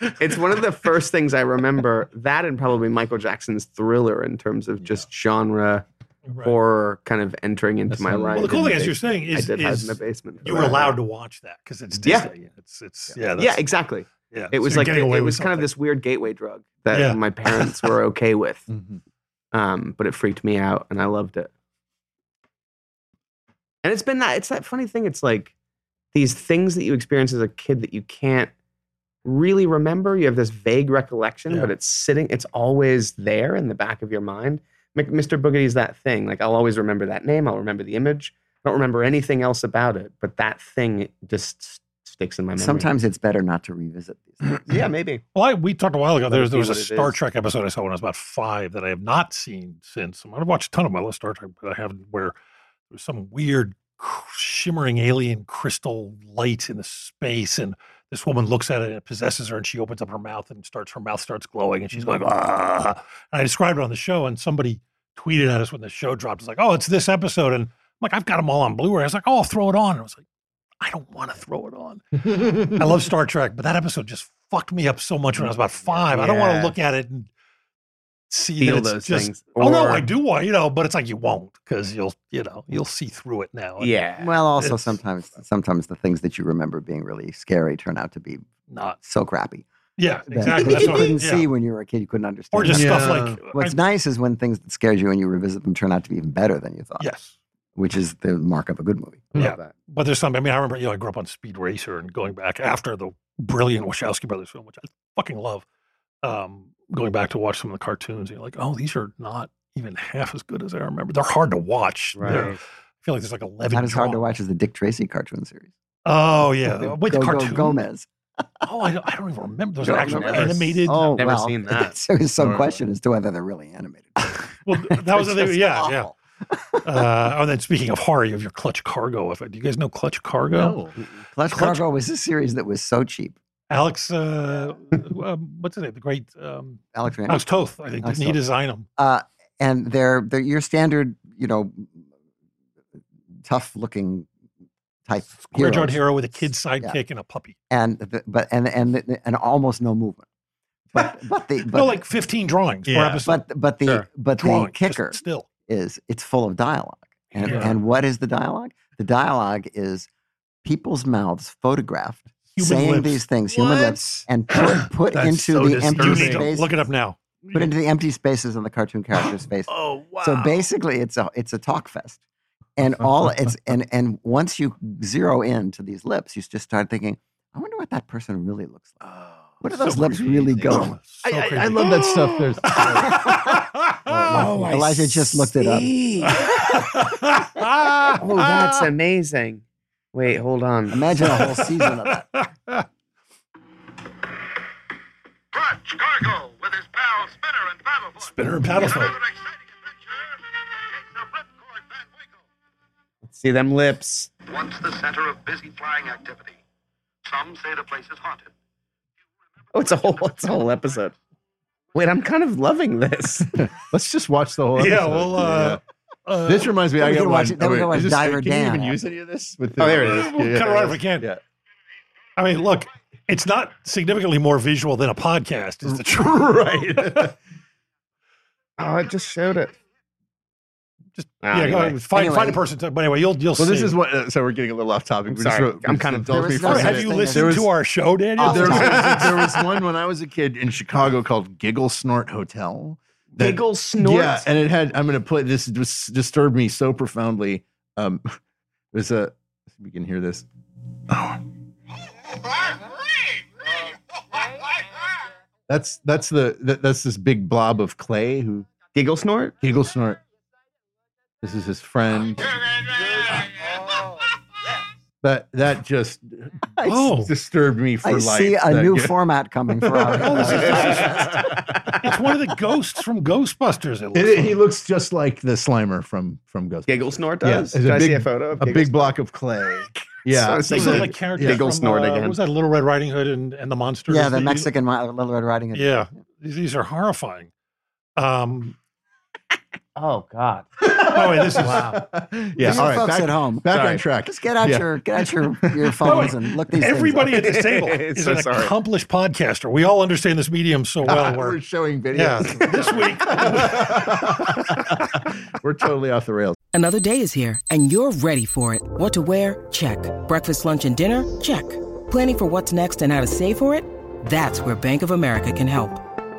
C: it's one of the first things I remember. That and probably Michael Jackson's thriller in terms of just genre
B: Right.
C: horror kind of entering into
A: That's
C: my
A: not-
C: life.
B: well, the cool
C: and
B: thing is
C: they-
B: you're saying
C: I
B: is,
C: did hide in the
B: is
C: basement. for
B: you were
C: that.
B: allowed to watch that because it's
C: Yeah.
B: Disney. It's it's yeah
C: Yeah,
B: that's-
C: exactly.
B: yeah,
C: It
B: so
C: was
B: you're
C: like
B: getting
C: it,
B: away
C: it
B: with
C: was kind of
B: something.
C: this weird gateway drug that
B: Yeah.
C: my parents were okay with,
A: Mhm.
C: um, but it freaked me out, and I loved it. And it's been that it's that funny thing. It's like these things that you experience as a kid that you can't really remember. You have this vague recollection,
B: Yeah.
C: but it's sitting. It's always there in the back of your mind. Mc- Mr. Boogedy's that thing. Like I'll always remember that name. I'll remember the image. I don't remember anything else about it, but that thing just s- sticks in my memory.
D: Sometimes it's better not to revisit these things.
C: yeah, maybe.
B: Well, I, we talked a while ago.
C: Let it
B: There's, there was
C: be
B: a
C: what it
B: Star
C: is.
B: Trek episode I saw when I was about five that I have not seen since. I've watched a ton of them. I love Star Trek, but I haven't. Where there's some weird cr- shimmering alien crystal light in the space, and this woman looks at it and it possesses her, and she opens up her mouth and starts her mouth starts glowing, and she's like ah. And I described it on the show, and somebody tweeted at us when the show dropped. It's like, oh, it's this episode, and I'm like, I've got them all on Blu-ray. I was like, oh, I'll throw it on. And I was like, I don't want to throw it on. I love Star Trek, but that episode just fucked me up so much when I was about five. I don't want
C: Yeah.
B: to look at it and see
C: feel
B: that it's
C: those
B: just.
C: things.
B: Oh no,
C: or-
B: I do want you know, but it's like you won't because you'll you know you'll see through it now. and
C: Yeah.
D: Well, also
B: It's-
D: sometimes sometimes the things that you remember being really scary turn out to be
B: not
D: so crappy
B: yeah,
D: that,
B: exactly.
D: that
B: That's
D: you
B: what I-
D: couldn't
B: yeah.
D: see when you were a kid. You couldn't understand.
B: or just
D: them.
B: stuff
A: Yeah.
B: like
D: What's
B: I-
D: nice is when things that scared you and you revisit them turn out to be even better than you thought.
B: yes,
D: which is the mark of a good movie.
C: Love
B: yeah.
C: that.
B: but there's some. I mean, I remember you know I grew up on Speed Racer and going back after the brilliant Wachowski brothers film, which I fucking love. Um, going back to watch some of the cartoons, you're like, oh, these are not even half as good as I remember. They're hard to watch. They're-
C: Right.
B: I feel like there's like eleven.
D: Not as hard to
B: drawn-
D: watch as the Dick Tracy cartoon series.
B: Oh yeah,
D: with
B: wait, the cartoon.
D: Gomez.
B: Oh, I don't, I don't even remember. There's an
D: Don't
B: actual
C: remember.
B: animated.
D: Oh,
C: never
D: well,
C: seen that.
D: So there's some
A: Or-
D: question as to whether they're really animated.
B: Well, Ah, that was the
D: They're
B: thing.
D: just
B: Yeah,
D: awful.
B: yeah. Uh, and then speaking of horror, you have your Clutch Cargo. If do you guys know Clutch Cargo?
C: Oh,
A: No.
D: Clutch
B: Clutch-
D: Cargo was a series that was so cheap.
B: Alex, uh, um, what's his name? The great um,
D: Alex Raymond.
B: Alex Toth, I think.
D: Alex
B: Didn't he
D: Toth.
B: design them?
D: uh, and they're they're your standard, you know, tough looking type
B: Square jawed
D: heroes.
B: hero with a kid
D: Yeah.
B: sidekick and a puppy.
D: and the, but and and and almost no movement. But but the but
B: no, like 15 drawings per
A: Yeah.
B: episode.
D: but but the
C: Sure.
D: but the
B: Drawings, just
D: kicker
B: Still.
D: is it's full of dialogue. And
B: Yeah.
D: and what is the dialogue? The dialogue is people's mouths photographed
B: Human
D: saying
B: lips.
D: these things, human lips, and put put
A: That's
D: into
A: so
D: the empty
B: You need
A: disturbing.
B: to
D: space,
B: look it up now.
D: put into the empty spaces on the cartoon character's face.
A: Oh wow!
D: So basically, it's a it's a talk fest, and all it's and and once you zero in to these lips, you just start thinking, I wonder what that person really looks like.
A: Oh.
D: What are those lips really going?
A: I, I- I
B: So crazy.
A: love that stuff. There's
C: Oh, I
D: Elijah just looked it up.
C: see. oh, that's amazing. Wait, hold on.
D: Imagine a whole season of that.
H: Crutch Gargo with his pals Spinner and Paddlefoot.
B: Spinner and Paddlefoot.
H: Another exciting adventure in the Ripcord Van Winkle.
C: See them lips.
H: Once the center of busy flying activity. Some say the place is haunted.
C: Oh, it's a whole it's a whole episode. Wait, I'm kind of loving this.
A: let's just watch the whole. Episode.
B: Yeah, well, uh, uh,
A: this reminds me.
D: Then
A: I
D: we
A: got
D: can watch
A: one.
D: it- then we
A: Oh, wait,
D: can watch
A: is this-
D: Diver
A: Can you
D: Dan
A: even
D: now.
A: use any of this? With
C: Oh, there it is.
B: We'll cut it right if we can.
A: Yeah.
B: I mean, look, it's not significantly more visual than a podcast, is the truth.
A: right.
C: Oh, it just showed it.
B: Just- yeah,
C: Ah,
B: go
C: anyway.
B: ahead, find, find
D: Anyway.
B: a person. To, but anyway, you'll you'll
A: Well,
B: see.
A: this is what. Uh, so we're getting a little off topic.
C: I'm
A: but just
C: sorry.
A: wrote-
C: I'm kind of-
A: indulge
D: There
A: me
D: was
A: for
D: no
A: a
B: All right,
D: such
A: minute.
B: have you
D: thing
B: listened
A: as-
B: to our show, Daniel?
D: Oh,
A: there, was,
D: sorry.
A: there was one when I was a kid in Chicago called Giggle Snort Hotel. that-
C: Giggle snort.
A: Yeah, and it had. I'm going to play this. Dis- disturbed me so profoundly. Um, it was a. We can hear this. That's that's the that, that's this big blob of clay who
C: Giggle snort.
A: giggle snort. This is his friend. That that just
D: I, s-
B: oh,
A: disturbed me for
D: I
A: life.
D: see a
A: that
D: new
A: gig-
D: format coming for our.
B: Oh, this is-
D: our-
B: it's one of the ghosts from Ghostbusters. It looks
A: It-
B: like.
A: it- he looks just like the Slimer from from Ghost.
C: Giggle snort
A: Yeah,
C: does.
A: it's
C: Did
A: a
C: I see
A: big-
C: a photo? Of
A: a
C: Giggle
A: big block of clay. Yeah,
C: So
B: They look
C: it's like-
B: like characters
A: Yeah.
B: from,
C: Giggle snort
B: uh,
C: again.
B: What was that Little Red Riding Hood and, and the Monsters?
D: yeah, the
B: They-
D: Mexican Mo- Little Red Riding Hood.
B: Yeah, these, these are horrifying. Um,
C: Oh God.
B: oh, wait, this is
A: yeah.
D: For
A: All
D: you
A: right,
D: folks
A: back,
D: at home,
A: back
C: Sorry.
A: on track.
D: just get out
A: Yeah.
D: your get out your your phones and look these. things up.
B: everybody at this table is
C: So
B: an
C: sorry.
B: accomplished podcaster. We all understand this medium so well.
A: we're
B: We're,
A: showing
B: yeah,
A: videos.
B: this week
A: we're totally off the rails.
I: Another day is here, and you're ready for it. What to wear? Check. Breakfast, lunch, and dinner? Check. Planning for what's next and how to save for it? That's where Bank of America can help.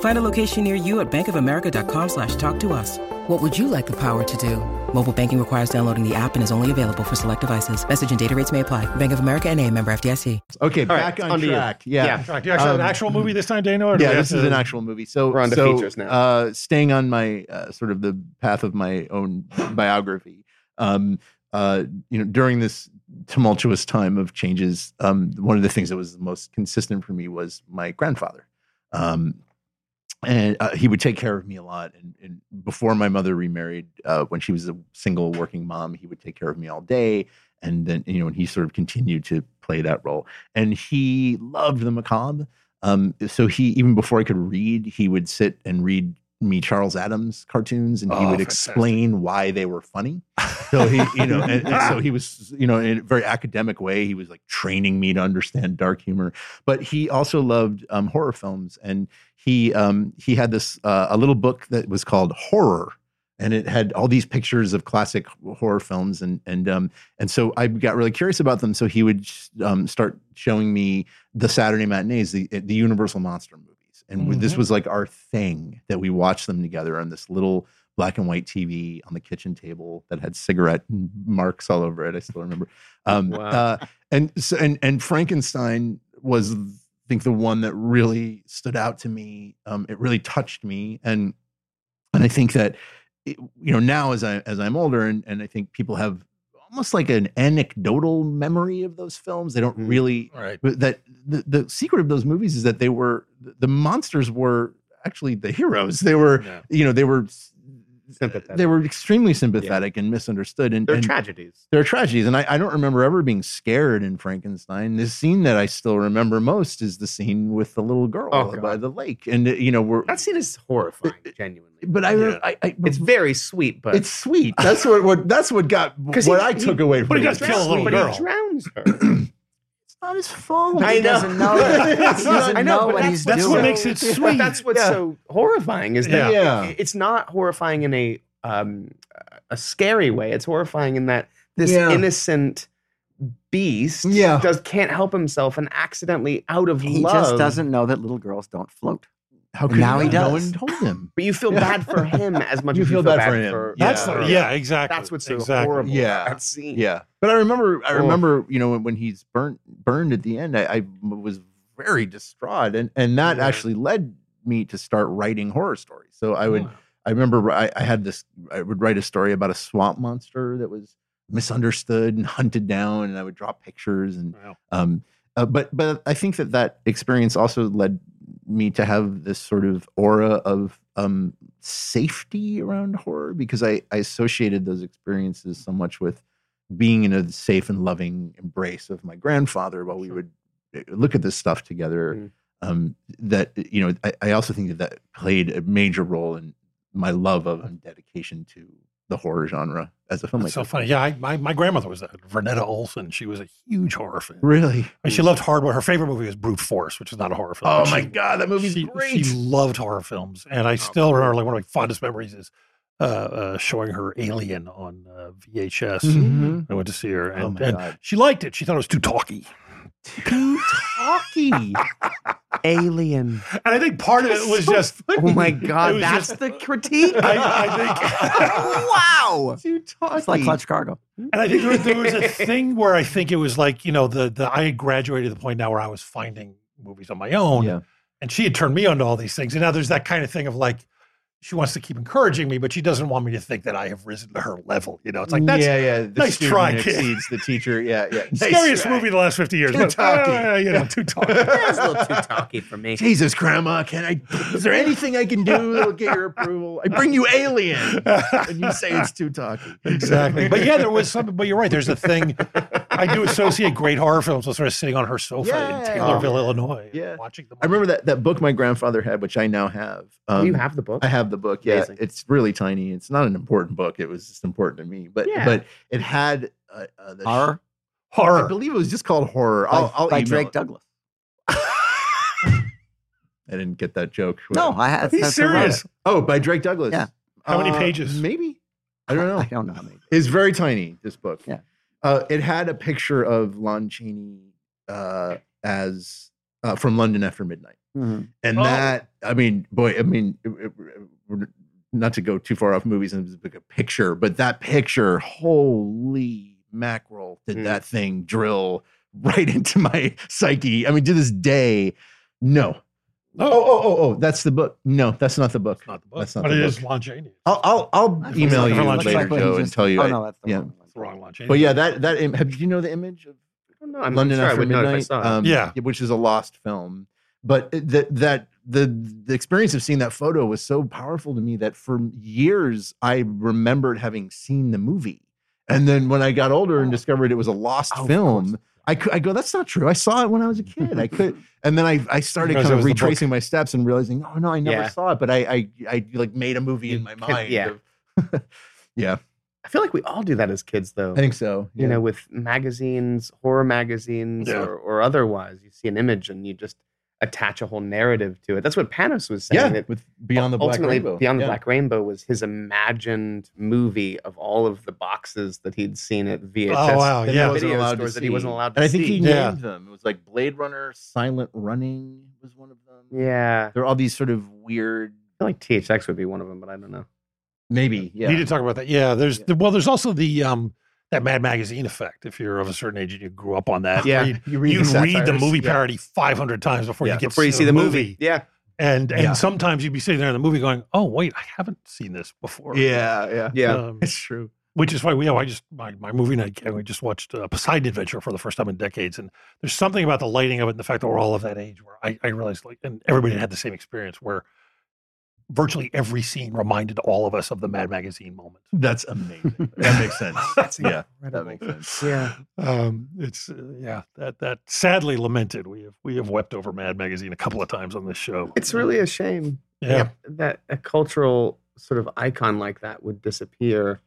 I: Find a location near you at bankofamerica.com slash talk to us. What would you like the power to do? Mobile banking requires downloading the app and is only available for select devices. Message and data rates may apply. Bank of America and a member FDIC.
A: Okay,
C: All right,
A: back on
C: on to you.
A: track. Yeah.
C: Yeah.
B: Correct. You actually have an
A: Um,
B: actual movie this time, Dana? Or do
A: Yeah,
B: we have
A: this is
B: to-
A: an actual movie. So
C: We're on to
A: so,
C: features now.
A: Uh, staying on my uh, sort of the path of my own biography. Um, uh, you know, during this tumultuous time of changes, um, one of the things that was the most consistent for me was my grandfather. Um, and uh, he would take care of me a lot. And, and before my mother remarried, uh, when she was a single working mom, he would take care of me all day. And then, you know, and he sort of continued to play that role. And he loved the macabre. Um, so he, even before I could read, he would sit and read me Charles Adams cartoons and he
B: Oh,
A: would
B: fantastic.
A: explain why they were funny. So he, you know, and, and so he was, you know, in a very academic way, he was like training me to understand dark humor. But he also loved um, horror films, and he um, he had this uh, a little book that was called Horror, and it had all these pictures of classic horror films, and and um, and so I got really curious about them. So he would um, start showing me the Saturday matinees, the eh, the Universal monster movies, and this
B: Mhm.
A: was like our thing that we watched them together on this little black and white TV on the kitchen table that had cigarette marks all over it. I still remember. Um,
C: Wow.
A: uh, and so, and and Frankenstein was, I think, the one that really stood out to me. Um, it really touched me, and and I think that it- you know now as I as I'm older, and and I think people have almost like an anecdotal memory of those films. They don't
C: Mm.
A: really
B: All right.
A: but that the, the secret of those movies is that they were the monsters were actually the heroes. They were,
B: No.
A: you know, they were
C: Sympathetic.
A: they were extremely sympathetic and misunderstood. And
C: They're
A: and
C: tragedies.
A: they're tragedies. And I, I don't remember ever being scared in Frankenstein. The scene that I still remember most is the scene with the little girl
C: Oh, God.
A: by the lake. And uh, you know, we're
C: That scene is horrifying, genuinely.
A: but I,
B: Yeah.
A: I, I
C: it's very sweet, but
A: it's sweet. That's what, what that's what got
C: 'Cause
A: what
C: he-
A: I
C: he-
A: took away from
B: but he
A: it.
B: does kill a little
C: but
B: girl.
C: he drowns her.
A: It's not his fault.
C: I
D: He
C: know.
D: doesn't know. He doesn't
C: I know,
D: know
C: but
D: what
C: that's-
D: he's
B: That's
D: doing.
B: what makes it
C: But
B: sweet.
C: that's what's
A: Yeah.
C: so horrifying is that
A: Yeah.
C: it- it's not horrifying in a um, a scary way. It's horrifying in that this
A: Yeah.
C: innocent beast
A: Yeah.
C: does can't help himself and accidentally out of
D: He
C: love.
D: just doesn't know that little girls don't float.
A: How could
D: And now he
A: no
D: does.
A: one told him?
C: But you feel
A: Yeah.
C: bad for him as much
A: You
C: as
A: feel
C: you
A: bad for him. Yeah.
B: That's the, yeah, exactly.
C: That's what's so
B: exactly.
C: horrible.
A: Yeah.
C: about that scene.
A: Yeah, but I remember, I
C: Oh.
A: remember, you know, when, when he's burnt burned at the end, I, I was very distraught, and and that
B: Yeah.
A: actually led me to start writing horror stories. So I would, I remember, I, I had this, I would write a story about a swamp monster that was misunderstood and hunted down, and I would draw pictures and
B: Wow.
A: um uh, but but i think that that experience also led me to have this sort of aura of um safety around horror because i i associated those experiences so much with being in a safe and loving embrace of my grandfather while we would uh, look at this stuff together
B: Mm-hmm.
C: Mm.
A: um that you know I, I also think that that played a major role in my love of and dedication to the horror genre as a filmmaker
B: That's so funny. Yeah, I, my, my grandmother was that. Vernetta Olson. She was a huge horror fan.
A: really
B: I mean, she loved hardware. Her favorite movie was Brute Force, which is not a horror film.
A: oh
B: but
A: my
B: she-
A: god that movie's
B: she,
A: great
B: She loved horror films, and I still remember like one Oh, of my fondest memories is uh, uh, showing her Alien on uh, VHS.
C: Mm-hmm.
A: Mhm.
B: I went to see her, and,
A: Oh my
B: and
A: God.
B: she liked it. She thought it was too talky,
A: too talky.
C: Alien.
B: and I think part of it was just
C: Oh my
B: It
C: god,
B: was
C: that's
B: just-
C: the critique.
B: I-
C: wow.
A: too talky.
D: It's like Clutch Cargo.
B: and I think there, there was a thing where I think it was like you know the the I had graduated to the point now where I was finding movies on my own,
A: Yeah.
B: and she had turned me on to all these things, and now there's that kind of thing of like. She wants to keep encouraging me, but she doesn't want me to think that I have risen to her level. You know, it's like that's
A: yeah, yeah. The
B: nice
A: student
B: try, kid.
A: exceeds the teacher. Yeah, yeah. Nice
B: Scariest
A: try.
B: movie in the last 50 years.
A: Too
B: but,
A: talky.
B: uh, you know, too talky.
C: That's a little too talky for me.
A: Jesus, Grandma, can I? Is there anything I can do that'll get your approval? I bring you Alien, and you say it's too talky.
B: exactly. But yeah, there was something, but you're right. There's a thing. I do associate great horror films with sort of sitting on her sofa in
A: Yeah.
B: Taylorville, Illinois,
A: Yeah.
B: watching them.
A: I remember that that book my grandfather had, which I now have.
C: Do
A: Um,
C: you have the book?
A: I have the book. Yeah,
C: Amazing.
A: it's really tiny. It's not an important book. It was just important to me. But
C: Yeah.
A: but it had uh, uh, the
D: Horror
A: I
B: horror.
A: believe it was just called horror.
D: by,
A: I'll, I'll
D: by
A: email
D: Drake
A: it.
D: Douglas.
A: I didn't get that joke.
D: No, I had.
B: He's
D: that's who wrote it.
B: serious.
A: Oh, by Drake Douglas. Uh,
D: Yeah.
B: How many pages?
A: Maybe. I don't know.
D: I don't know. how many.
A: It's very tiny, this book.
D: Yeah.
A: Uh, it had a picture of Lon Chaney uh, as uh, from London After Midnight.
D: Mhm.
A: And
B: Oh.
A: that, I mean, boy, I mean, it- it- we're- not to go too far off movies and it's like a picture, but that picture, holy mackerel, did
B: Hmm.
C: Mm.
A: that thing drill right into my psyche. I mean, to this day, no. Oh, oh, oh, oh, that's the book. No, that's not the book.
B: It's not the book,
A: That's not
B: but
A: the
B: it
A: book.
B: is Lon Chaney.
A: I'll I'll,
D: I
A: I'll
D: don't
A: email
D: know.
A: you
D: Looks
B: Looks
A: later,
D: like what he
A: Joe, and
D: just-
A: tell you.
D: Oh
A: I-
D: no, that's the
A: yeah.
D: wrong one.
B: It's the wrong Lon Chaney.
A: but yeah, that that im- have did you know the image of
C: I don't know. I'm
A: London
C: sure I
A: After
C: would know if I
A: Midnight?
C: saw it.
A: um,
B: Yeah.
A: which is a lost film. But it- that that the the experience of seeing that photo was so powerful to me that for years I remembered having seen the movie, and then when I got older and discovered it was a lost
C: Oh, of
A: film. I, could, I go, that's not true. I saw it when I was a kid. I could, and then I, I started
B: Because
A: kind
B: it
A: of
B: was the book.
A: retracing my steps and realizing, oh no, I never
C: Yeah.
A: saw it, but I, I, I like made a movie in my
C: can-
A: mind.
C: yeah.
A: of- yeah,
C: I feel like we all do that as kids, though.
A: I think so.
C: you
A: yeah.
C: know, with magazines, horror magazines,
B: Yeah.
C: or, or otherwise, you see an image and you just attach a whole narrative to it. That's what Panos was saying.
A: yeah,
C: that
A: with Beyond the Black
C: ultimately,
A: Rainbow.
C: Beyond the
A: Yeah.
C: Black Rainbow was his imagined movie of all of the boxes that he'd seen at VHS.
B: Oh, wow.
A: that he
B: Yeah.
A: wasn't
C: video
A: allowed to
C: stores that he wasn't
A: see.
C: allowed to
A: And I think he
C: see.
B: Yeah.
A: named them. It was like Blade Runner, Silent Running was one of them.
C: Yeah, I
A: There are all these sort of weird,
C: feel like THX would be one of them, but I don't know.
A: maybe. Yeah.
B: We need to talk about that. Yeah, there's well, there's also the um that Mad Magazine effect. If you're of a certain age and you grew up on that,
C: Yeah.
B: you,
A: you
B: you read the
A: satires.
B: movie
A: Yeah.
B: parody 500 times before
C: yeah,
B: you get
C: before you
B: to
C: see the movie. Yeah,
B: and and
A: Yeah.
B: sometimes you'd be sitting there in the movie going, "Oh wait, I haven't seen this before."
A: Yeah. Yeah.
C: yeah.
B: Um,
A: It's true.
B: which is why we, you know, I just my, my movie night gang, we just watched uh, Poseidon Adventure for the first time in decades, and there's something about the lighting of it and the fact that we're all of that age where I, I realized like, and everybody had the same experience where virtually every scene reminded all of us of the Mad Magazine moment.
A: That's amazing. that makes sense. yeah, that makes sense.
C: Yeah.
B: Um, it's uh, yeah that that sadly lamented. We have we have wept over Mad Magazine a couple of times on this show.
C: It's really a shame
B: yeah.
C: that a cultural sort of icon like that would disappear.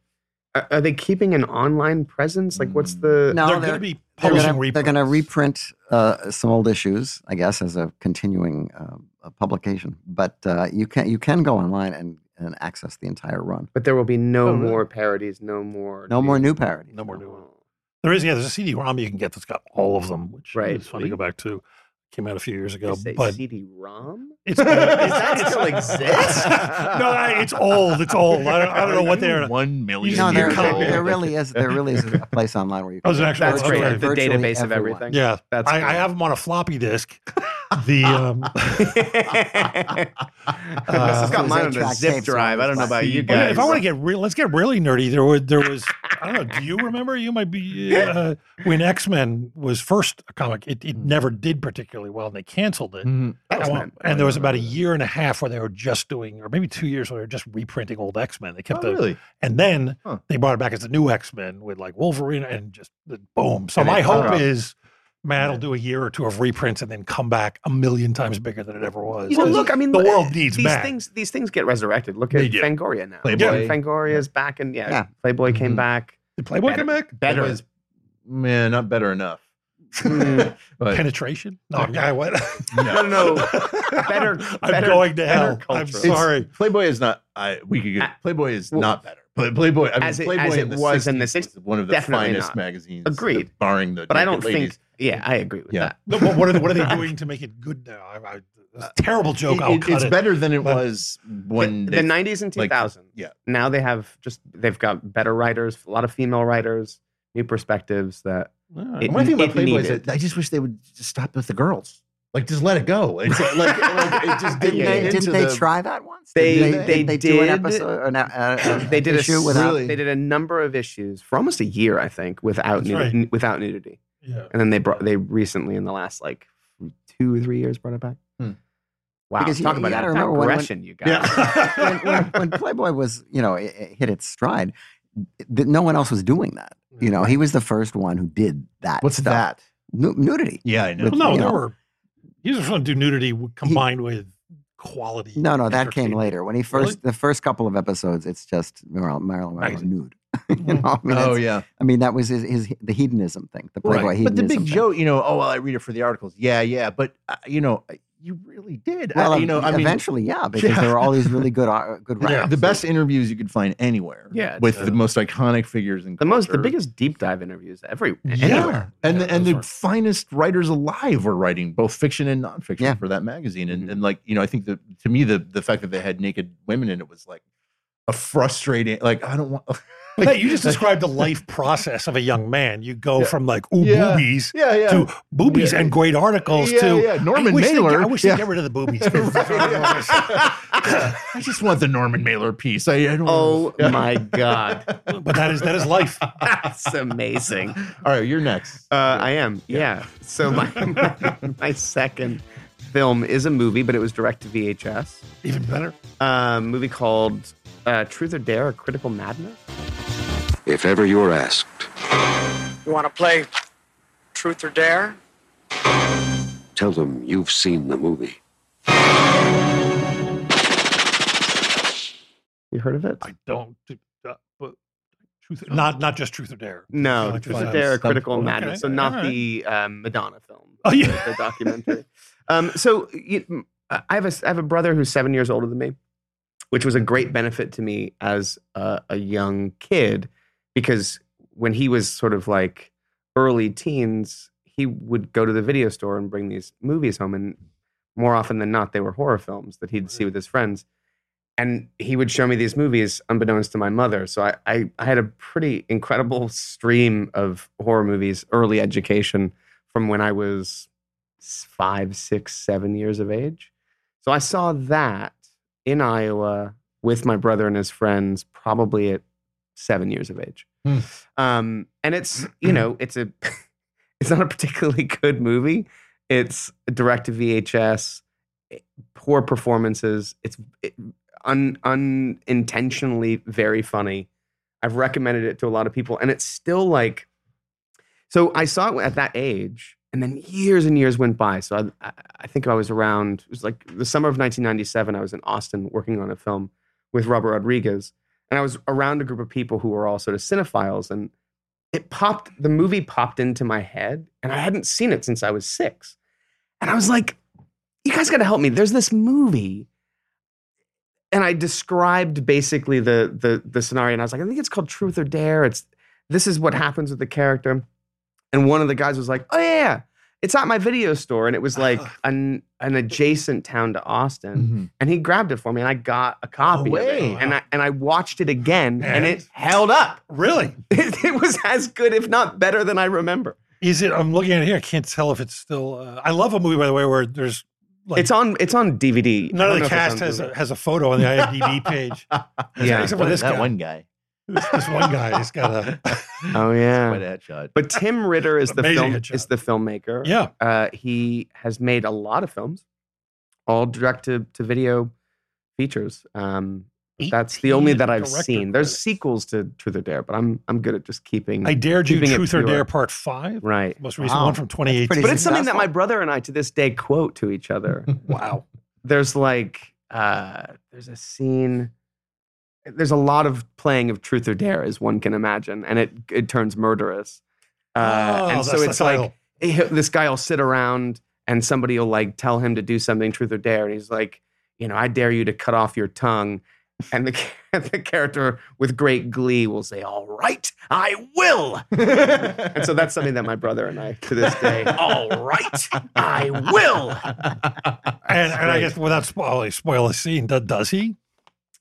C: Are, are they keeping an online presence? Like, what's
A: Mm.
C: the
D: No,
B: they're
D: they're-
B: going to be
D: They're
B: publishing
D: gonna- They're going to
B: reprints.
D: reprint uh, some old issues, I guess, as a continuing uh, uh, publication. But uh, you can you can go online and, and access the entire run.
C: But there will be no
B: Oh, really?
C: more parodies, no more. oh.
D: No more new parodies.
B: No more new ones. There is, yeah, there's a CD-ROM you can get that's got all of them, which
C: Right.
B: is fun to go back to. Came out a few years ago,
C: Just say
B: but
C: CD-ROM.
B: it's
C: Does
B: old.
C: that
B: It's-
C: still exist?
B: no, I- it's old. It's old. I don't, I don't know what they're.
A: one million.
D: No,
B: You're
D: there,
A: years
D: there,
A: old.
D: there really is there really is a place online where you.
B: Oh,
D: Can
B: there's an actual-
C: That's
B: Okay.
C: great. The
D: Virtually
C: database of
D: everyone.
C: everything.
B: Yeah,
C: That's
B: I, I have them on a floppy disk. The um,
C: this has
D: it
C: got
D: was
C: mine on a
D: eight-track
C: zip
D: tape, so
C: drive.
D: it
C: I don't know
D: was
C: about
D: like-
C: you
B: well, yeah,
C: guys.
B: if I want to get real, let's get really nerdy. There was there was I don't know. Do you remember? You might be uh, when X Men was first a comic. It,
C: Hmm.
B: it never did particularly well, and they canceled it.
A: Mhm.
B: And
C: X-Men.
B: one- And there was about a year and a half where they were just doing, or maybe two years where they were just reprinting old X Men. They kept
A: Oh,
B: the,
A: really?
B: and then
A: Huh.
B: they brought it back as the new X Men with like Wolverine and just the- boom. So
A: And
B: my
A: it
B: hope
A: caught up.
B: is Matt will do a year or two of reprints and then come back a million times bigger than it ever was.
C: You know,
B: Because
C: look, I mean,
B: the
C: look,
B: world needs
C: these
B: Matt.
C: things. These things get resurrected. Look
A: They
C: at
A: do.
C: Fangoria now.
A: Playboy.
C: Fangoria's back, and yeah,
D: Yeah.
C: Playboy
B: Mm-hmm.
C: came
A: Mhm.
C: back.
B: Did Playboy
C: better-
B: come back?
C: Better.
A: Otherwise, man, not better enough.
C: Mm.
A: but
B: Penetration? No, I'm- I what?
C: No, no, no. Better-
B: I'm
C: better-
B: going to
C: better
B: hell. I'm
C: culture. It's-
B: sorry.
A: Playboy is not. I we could
C: Uh,
A: get Playboy is
C: well,
A: not better. Play- Playboy, I mean,
C: as it-
A: Playboy
C: as it
A: in the
C: was in the
A: 60s
C: six-
A: was one of the
C: definitely
A: finest
C: not.
A: magazines.
C: Agreed.
A: uh, barring the.
C: But I
A: naked
C: don't
A: ladies.
C: think. Yeah, I agree with
A: Yeah.
C: that.
B: No, but what are, what are they doing to make it good now? I, I, it's a terrible joke.
A: It-
B: I'll
A: it-
B: cut
A: it's
B: it.
A: better than it
B: But-
A: was when
C: the
A: they-
C: nineties and two
A: like,
C: thousands.
A: yeah.
C: Now they have just they've got better writers, a lot of female writers, new perspectives that it-
A: One thing about
C: it
A: Playboy is
C: needed.
A: that I just wish they would just stop with the girls. Like, just let it go. It's like, like, like, it just didn't
D: Didn't
A: get
D: they,
A: into
D: didn't they
A: the-
D: try that once?
C: They-
D: didn't
C: they
D: didn't do an
C: did.
D: episode. An, uh, uh,
C: they did
D: issue
C: a
D: without.
A: really-
C: they did a number of issues for almost a year, I think, without
B: That's
C: nudi-
B: right.
C: n- without nudity,
B: Yeah.
C: and then they brought they recently in the last like two or three years brought it back.
A: Hmm.
C: Wow,
D: Because you-
C: talk
D: you
C: about
D: gotta
C: that
D: remember when- when-
C: aggression, you guys.
A: Yeah.
D: when, when, when Playboy was, you know, it, it hit its stride, th- no one else was doing that. You know, he was the first one who did that.
A: What's
D: stuff.
A: that?
D: Nu- nudity.
A: Yeah, I know.
D: With-
B: Well, no,
D: you
B: there
D: know.
B: were. He was trying to do nudity w- combined with quality.
D: No, no, that came
B: entertainment.
D: later. When he first,
B: Really?
D: the first couple of episodes, it's just Marilyn, Marilyn Monroe
B: Right.
D: nude. you know, I mean,
A: oh
D: it's-
A: yeah,
D: I mean, that was his, his the hedonism thing, the Playboy
A: right. But
D: hedonism.
A: the big
D: thing.
A: joke, you know, oh well, I read it for the articles. Yeah, yeah, but uh, you know, you really did. I-
D: Well,
A: you know, I mean,
D: eventually, yeah, because
A: Yeah.
D: there were all these really good, ar- good
B: Yeah.
D: writers.
A: the best interviews you could find anywhere.
C: Yeah,
A: with
B: it's,
A: the
B: uh,
A: most iconic figures in
C: The most, the
A: culture.
C: biggest deep dive interviews every
B: Yeah.
C: anywhere.
A: And
B: Yeah,
A: the, and
B: those
A: the
B: are-
A: finest writers alive were writing both fiction and nonfiction
D: Yeah. Mm-hmm.
A: for that magazine. And
C: Mhm.
A: and like you know, I think that to me the the fact that they had naked women in it was like a frustrating. Like I don't want.
B: But
A: like-
B: hey, you just
A: like-
B: described the life process of a young man. You go
A: Yeah.
B: from like ooh
A: Yeah.
B: boobies
A: Yeah, yeah.
B: to boobies
A: Yeah.
B: and great articles
A: yeah,
B: to
A: yeah. Norman
B: I wish They,
A: Mailer.
B: I wish
A: Yeah.
B: they get rid of the boobies.
A: Yeah. I just want the Norman Mailer piece. I, I don't.
C: Oh
A: Yeah.
C: my god,
B: but that is that is life.
C: that's amazing.
A: All right, you're next.
C: Uh, I am. Yeah. So my, my my second film is a movie, but it was direct to VHS.
B: Even better.
C: A movie called uh, Truth or Dare: A Critical Madness.
H: If ever you're asked,
J: You want to play truth or dare?
H: tell them you've seen the movie.
C: You heard of it?
B: I don't. Uh, but truth, not not just truth or dare.
C: No,
B: Like
C: Truth
B: five
C: or Dare: A
A: stuff.
C: Critical
A: Okay,
C: Madness. So not the um, Madonna film.
B: Oh, yeah.
C: the- the documentary. um, so you, I have a I have a brother who's seven years older than me, which was a great benefit to me as a, a young kid, because when he was sort of like early teens, he would go to the video store and bring these movies home, and more often than not, they were horror films that he'd see with his friends. And he would show me these movies unbeknownst to my mother. So I, I, I had a pretty incredible stream of horror movies, early education from when I was s- five, six, seven years of age. So I saw that in Iowa with my brother and his friends, probably at seven years of age.
A: Hmm.
C: Um, and it's you know it's a it's not a particularly good movie. eh, It's direct to VHS, poor performances. It's it, un, unintentionally very funny. I've recommended it to a lot of people, and it's still like. So I saw it at that age, and then years and years went by. So I, I think I was around. It was like the summer of 1997. I was in Austin working on a film with Robert Rodriguez, and I was around a group of people who were all sort of cinephiles, and it popped. The movie popped into my head, and I hadn't seen it since I was six, and I was like, "You guys got to help me." There's this movie and I described basically the the the scenario, and I was like, I think it's called Truth or Dare. It's this is what happens with the character, and one of the guys was like, Oh yeah, it's at my video store, and it was like an an adjacent town to Austin, and he grabbed it for me, and I got a copy of
B: way.
C: it, and I and I watched it again,
B: And-
C: and, it held up.
B: Really,
C: it, it was as good, if not better, than I remember.
B: Is it? I'm looking at it here. I can't tell if it's still. Uh, I love a movie, by the way, where there's like
C: it's on it's on DVD. I
B: none
C: don't
B: of
C: know
B: the
C: if it's
B: cast
C: on
B: has a,
C: Blu-ray.
B: has a photo on the IMDb page.
C: Yeah.
B: except for this
A: that
B: guy.
A: one guy.
B: This, this one guy has got a.
C: Oh yeah,
A: Quite a headshot.
C: But Tim Ritter is the
B: Amazing
C: film
B: headshot.
C: is the filmmaker.
B: Yeah.
C: Uh, he has made a lot of films, all direct to, to video features. Um, that's the only that I've
B: 18 director
C: seen. There's sequels to Truth or Dare, but I'm I'm good at just keeping.
B: I dared you,
C: keeping it
B: Truth or
C: pure.
B: Dare Part Five,
C: Right.
B: most recent one from 2018.
D: pretty
C: But it's something that
D: successful.
C: my brother and I to this day quote to each other.
B: Wow.
C: There's like uh, there's a scene. There's a lot of playing of Truth or Dare, as one can imagine, and it it turns murderous. Uh,
B: Oh,
C: and so
B: that's the
C: it's like
B: title.
C: he- this guy will sit around and somebody will like tell him to do something, Truth or Dare, and he's like, you know, I dare you to cut off your tongue. And the, the character with great glee will say, All right, I will. and so that's something that my brother and I to this day, All right, I will.
B: and, and I guess without spoiling spoil the scene, does, does he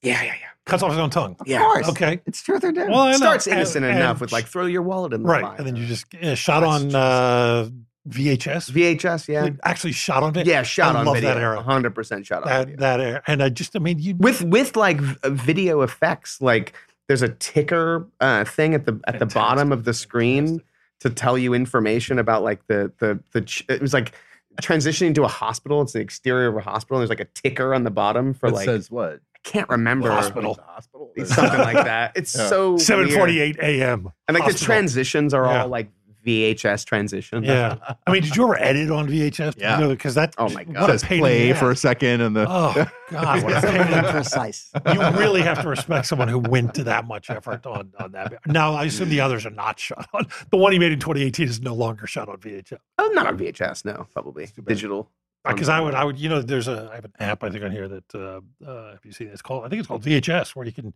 C: Yeah, yeah,
B: cuts off his own tongue?
C: yeah.
D: Of
C: Yeah.
D: course.
B: Okay.
D: It's truth or dare.
B: Well, I know.
C: Starts
B: And-
C: innocent
B: and-
C: enough with like, throw your wallet in the
B: right,
C: fire.
B: and then you just uh, shot on
C: That's
B: uh, VHS.
C: VHS, yeah.
B: They actually shot on it.
C: Yeah, shot
B: I
C: on
B: love
C: video.
B: that era.
C: 100% shot on video.
B: That that era, and I just I mean you
C: with with like v- uh, video effects like there's a ticker uh, thing at the at the bottom of the screen to tell you information about like the the the ch- it was like transitioning to a hospital it's the exterior of a hospital and there's like a ticker on the bottom for
A: That
C: like
A: says what?
C: i can't remember
B: Hospital.
A: The hospital.
C: It's something like that it's
A: Yeah.
C: so weird.
B: 7:48 a.m.
C: and like the
B: hospital.
C: transitions are
B: Yeah.
C: all like vhs transitions
B: Yeah, I mean, did you ever edit on VHS?
A: Yeah.
B: because that.
C: Oh my God.
B: what
A: says
B: a pain in
A: play
B: the
A: for a
B: ass.
A: second and the
B: Oh God, what a pain in the
D: Really
B: ass.
D: precise.
A: Oh,
B: You really have to respect someone who went to that much effort on, on that. Now, I assume the others are not shot on. The one he made in 2018 is no longer shot on VHS.
C: oh not on vhs no probably digital
A: Oh,
C: Um,
B: Because Uh, I would, I would, you know, there's a, I have an app I think on here that, uh, uh, if you see, it's called, I think it's called VHS, where you can,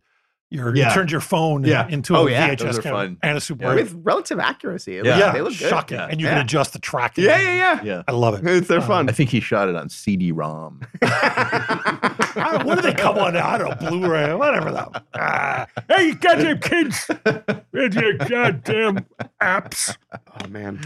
B: your, you
A: Yeah.
B: turns your phone
A: Yeah.
B: into
C: Oh,
B: a
C: yeah.
B: VHS
A: Those are
B: camera
A: fun.
B: and a super.
A: Yeah.
B: Yeah,
C: with relative accuracy It
A: Yeah.
C: looks- they look good.
B: shocking,
A: Yeah.
B: and you can
C: Yeah.
B: adjust the tracking.
C: yeah yeah
A: yeah. Oh,
B: I love it.
C: yeah they're fun
A: I think he shot it on CD-ROM.
B: I don't- what do they come on now? I don't know, Blu-ray, whatever though. Ah, hey, you goddamn kids with your goddamn apps.
C: Oh man.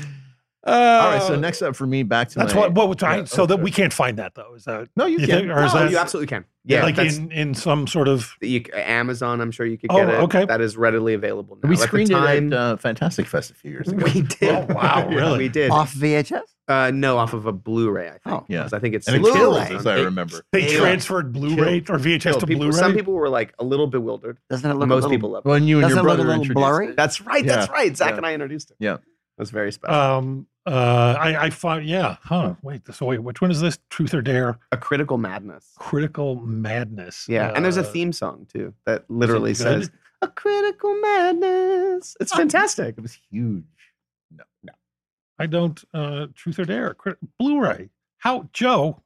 A: All right, so next up for me, back to
B: Oh. That's
A: my,
B: what what was I,
A: Yeah,
B: so
A: oh,
B: that
A: sorry.
B: we can't find that though. Is that
A: No, you
B: you
A: can't.
B: think- or is
C: No,
B: that
C: Oh, you absolutely can. Yeah,
B: like
C: that's-
B: in in some sort of
C: you, Amazon. I'm sure you could
B: Oh,
C: get it.
B: okay.
C: that is readily available now.
A: we
C: At the
A: screened
C: time,
A: it at uh, Fantastic Fest a few years ago.
C: we did.
B: Oh, wow, really?
C: We did.
D: Off VHS?
C: Uh, no, off of a Blu-ray. I think.
D: Oh.
A: Yeah.
C: 'Cause I think it's
A: and it
C: still
A: kills,
C: around.
A: as I
C: It-
A: remember.
B: they
C: Yeah.
B: transferred Blu-ray or VHS
C: still,
B: to
C: people-
B: Blu-ray.
C: Some people were like a little bewildered.
D: Doesn't it look a
C: Most
D: little-
C: people loved it.
A: When you and
D: Doesn't
A: your
D: it look a
A: brother
D: little
A: introduced
D: blurry?
A: it.
C: That's right. That's
A: Yeah.
C: right. Zach
A: Yeah.
C: and I introduced it.
A: Yeah.
C: it was very special.
B: um uh I I find yeah huh wait so wait which one is this Truth or Dare
C: a critical madness.
B: Critical Madness
C: Yeah, and there's a
B: Uh,
C: theme song too that literally
B: good?
C: says "A critical madness." It's fantastic.
A: It was huge. No, no.
B: I don't uh Truth or Dare cri- Blu-ray how Joe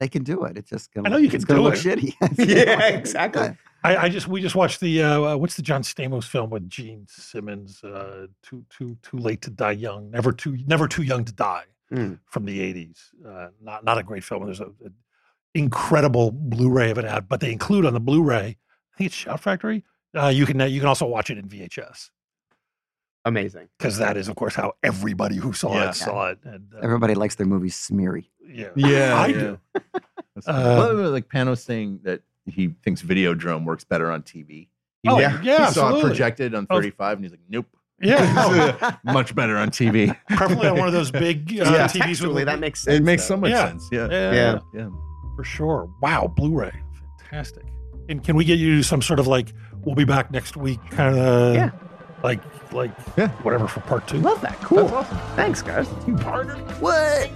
D: They can do it. It's just gonna.
B: I know
D: look-
B: you can
D: it's gonna
B: do
D: look
B: it.
D: shitty.
C: yeah, exactly.
B: I, I just we just watched the uh, uh, what's the John Stamos film with Gene Simmons? Uh, too too too late to die young, never too never too young to die
C: Mm.
B: from the eighties. Uh, not not a great film. There's a, a incredible Blu-ray of it out, but they include on the Blu-ray. I think it's Shout Factory. Uh, you can you can also watch it in VHS
C: Amazing.
B: because that is of course how everybody who saw
A: Yeah.
B: it saw it. And, uh,
D: Everybody likes their movies smeary.
B: yeah,
A: Yeah,
B: I
A: yeah.
B: do.
A: That's
B: Um,
A: well, like Pano's saying that he thinks Videodrome works better on TV. He
B: Oh,
A: went-
B: yeah,
A: he
B: yeah,
A: saw it
B: absolutely.
A: projected on
B: Oh.
A: 35, and he's like, "Nope,
B: Yeah,
A: much better on TV."
B: no, preferably on one of those big uh,
A: Yeah.
B: TVs with
C: Actually, that makes sense.
A: It makes
C: though.
A: so much
B: Yeah.
A: sense. Yeah,
B: yeah,
C: Yeah.
A: yeah.
B: for sure. Wow, Blu-ray, fantastic. And can we get you some sort of like we'll be back next week kind of
C: Yeah.
B: like like whatever for part two?
C: Love that. Cool.
B: That's awesome.
C: Thanks, guys.
B: You partnered.
D: What?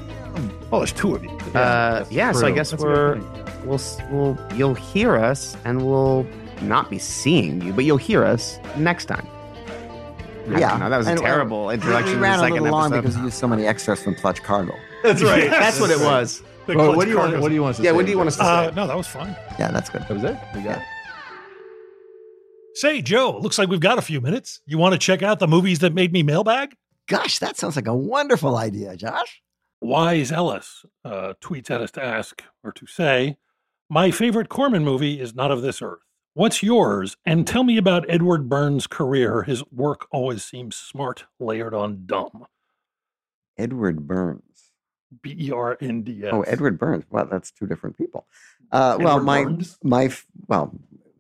B: Oh, there's two of you.
C: Uh, yeah, so I
A: true.
C: guess
A: That's a good
C: we're we'll s- we'll you'll hear us and we'll not be seeing you, but you'll hear us next time. I don't
D: Yeah.
C: know, that was a
D: And- uh,
C: terrible introduction.
D: We
C: to
D: ran
C: the
D: a
C: second
D: little long
C: episode.
D: because we used so many extras from Clutch Cargo.
C: that's right. That's what it was.
B: The
A: Well,
B: Clutch
A: what do you want?
B: Cargos.
A: What do you want us to
C: Yeah,
A: say?
C: what do you want us to say?
B: Uh, no, that was fine.
D: Yeah, that's good.
A: That was it. We got it.
B: Say, Joe, it looks like we've got a few minutes. You want to check out the movies that made me mailbag?
D: Gosh, that sounds like a wonderful idea, Josh.
B: Wise Ellis uh, tweets at us to ask or to say, My favorite Corman movie is not of this earth. What's yours? And tell me about Edward Burns' career. His work always seems smart, layered on dumb.
D: Edward Burns.
B: B E R N D S.
D: Oh, Edward Burns. Wow, that's two different people. Uh, well,
B: Edward
D: my
B: Burns?
D: my f- well,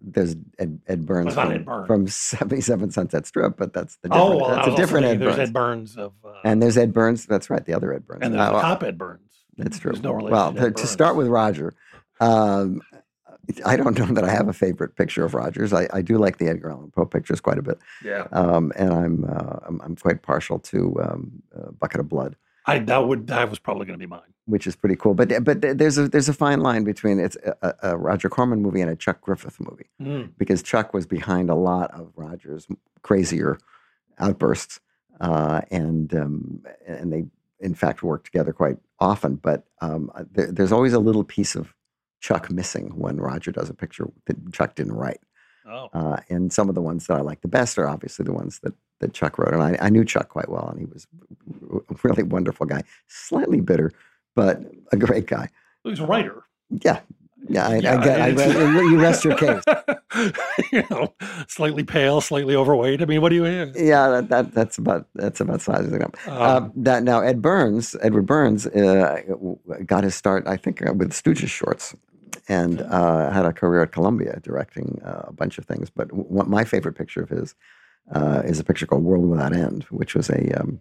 D: there's Ed, Ed Burns
B: it's not
D: from,
B: Ed Burns.
D: from 77 Sunset Strip, but that's the different,
B: Oh, well,
D: that's
B: I
D: a
B: was
D: different
B: also
D: Ed
B: thinking
D: Burns.
B: There's Ed Burns of. Uh, and,
D: and there's Ed Burns. That's right, the other Ed Burns.
B: there's
D: Uh, well,
B: Top Ed Burns.
D: That's true.
B: There's no relation.
D: well,
B: to,
D: to,
B: Ed
D: to
B: Burns.
D: start with Roger, um, I don't know that I have a favorite picture of Rogers. I, I do like the Edgar Allan Poe pictures quite a bit,
B: Yeah.
D: um, and I'm, uh, I'm I'm quite partial to um, uh, Bucket of Blood.
B: I, that, would, that was probably going to be mine.
D: which is pretty cool. But but there's a there's a fine line between it's a, a Roger Corman movie and a Chuck Griffith movie
B: Mm.
D: because Chuck was behind a lot of Roger's crazier outbursts, uh, and um, and they in fact work together quite often. But um, there, there's always a little piece of Chuck missing when Roger does a picture that Chuck didn't write.
B: Oh.
D: Uh, and some of the ones that I like the best are obviously the ones that, that Chuck wrote. And I, I knew Chuck quite well, and he was a really wonderful guy. Slightly bitter, but a great guy.
B: He's a writer.
D: Yeah. Yeah. I,
B: Yeah,
D: I get, I,
B: it's-
D: re- you rest your case.
B: you know, slightly pale, slightly overweight. I mean, what do you hear?
D: Yeah, that, that that's about that's about sizing it up. Um, that now Ed Burns, Edward Burns, uh, w- got his start, I think, uh, with Stooges shorts, and uh, had a career at Columbia directing uh, a bunch of things. But w- what my favorite picture of his uh, is a picture called "World Without End," which was a um,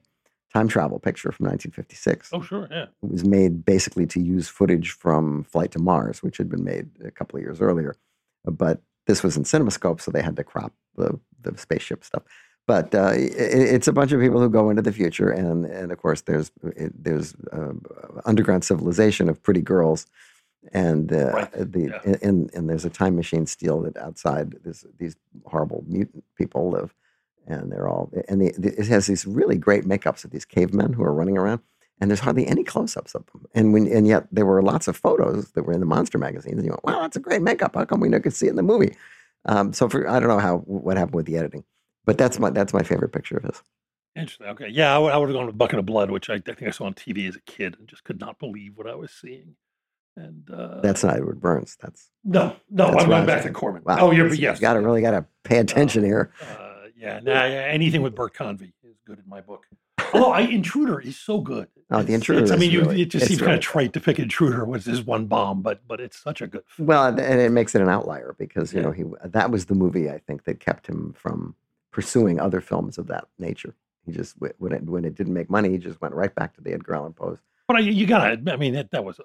D: time travel picture from 1956.
B: oh, sure, yeah.
D: It was made basically to use footage from Flight to Mars, which had been made a couple of years earlier. But this was in CinemaScope, so they had to crop the, the spaceship stuff. But uh, i i- it's a bunch of people who go into the future, and and of course there's it, there's um, underground civilization of pretty girls, and uh,
B: Right,
D: the
B: yeah.
D: and and there's a time machine steal that outside this, these horrible mutant people live, and they're all and the, the, it has these really great makeups of these cavemen who are running around and there's hardly any close-ups of them. And when and yet there were lots of photos that were in the monster magazines. And you went, wow, that's a great makeup. How come we never could see it in the movie? Um, so for I don't know how what happened with the editing, but that's my that's my favorite picture of his.
B: Interesting. Okay. Yeah, I would, I would have gone with Bucket of Blood, which I, I think I saw on TV as a kid and just could not believe what I was seeing. And uh,
D: That's not Edward Burns. That's
B: no, no,
D: that's
B: I'm
D: Roger.
B: going back to Corman.
D: wow.
B: Oh, you're,
D: You
B: yes.
D: Got to really got to pay attention here.
B: Uh, yeah, nah, yeah, anything with Bert Convey is good in my book. Although I, Intruder is so good.
D: Oh, The
B: It's-
D: Intruder
B: it's- I
D: is
B: mean, you,
D: really-
B: it just
D: it's
B: seems kind
D: really
B: of
D: good.
B: trite to pick Intruder with this one bomb, but but it's such a good film.
D: Well, and and it makes it an outlier because you
B: Yeah.
D: know he that was the movie I think that kept him from pursuing other films of that nature. He just when it when it didn't make money, he just went right back to the Edgar Allan Poe's.
B: But I, you gotta, I mean, that, that was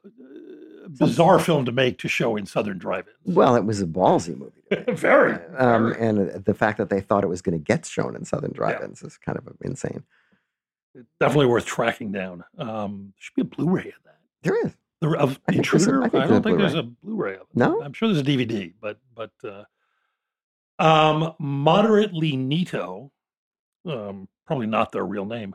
B: a bizarre film to make to show in Southern Drive-In.
D: Well, it was a ballsy movie. to make.
B: Very.
D: Um, and the fact that they thought it was going to get shown in Southern drive-ins is kind of uh, insane.
B: Definitely worth tracking down. Um, should be a Blu-ray of that.
D: There is
B: The, of
D: I think there's a-
B: Intruder.
D: I
B: I,
D: think there's
B: don't
D: a
B: think there's a Blu-ray of it.
D: No?
B: I'm sure there's a DVD, but but uh, um, moderately neato, um, probably not their real name.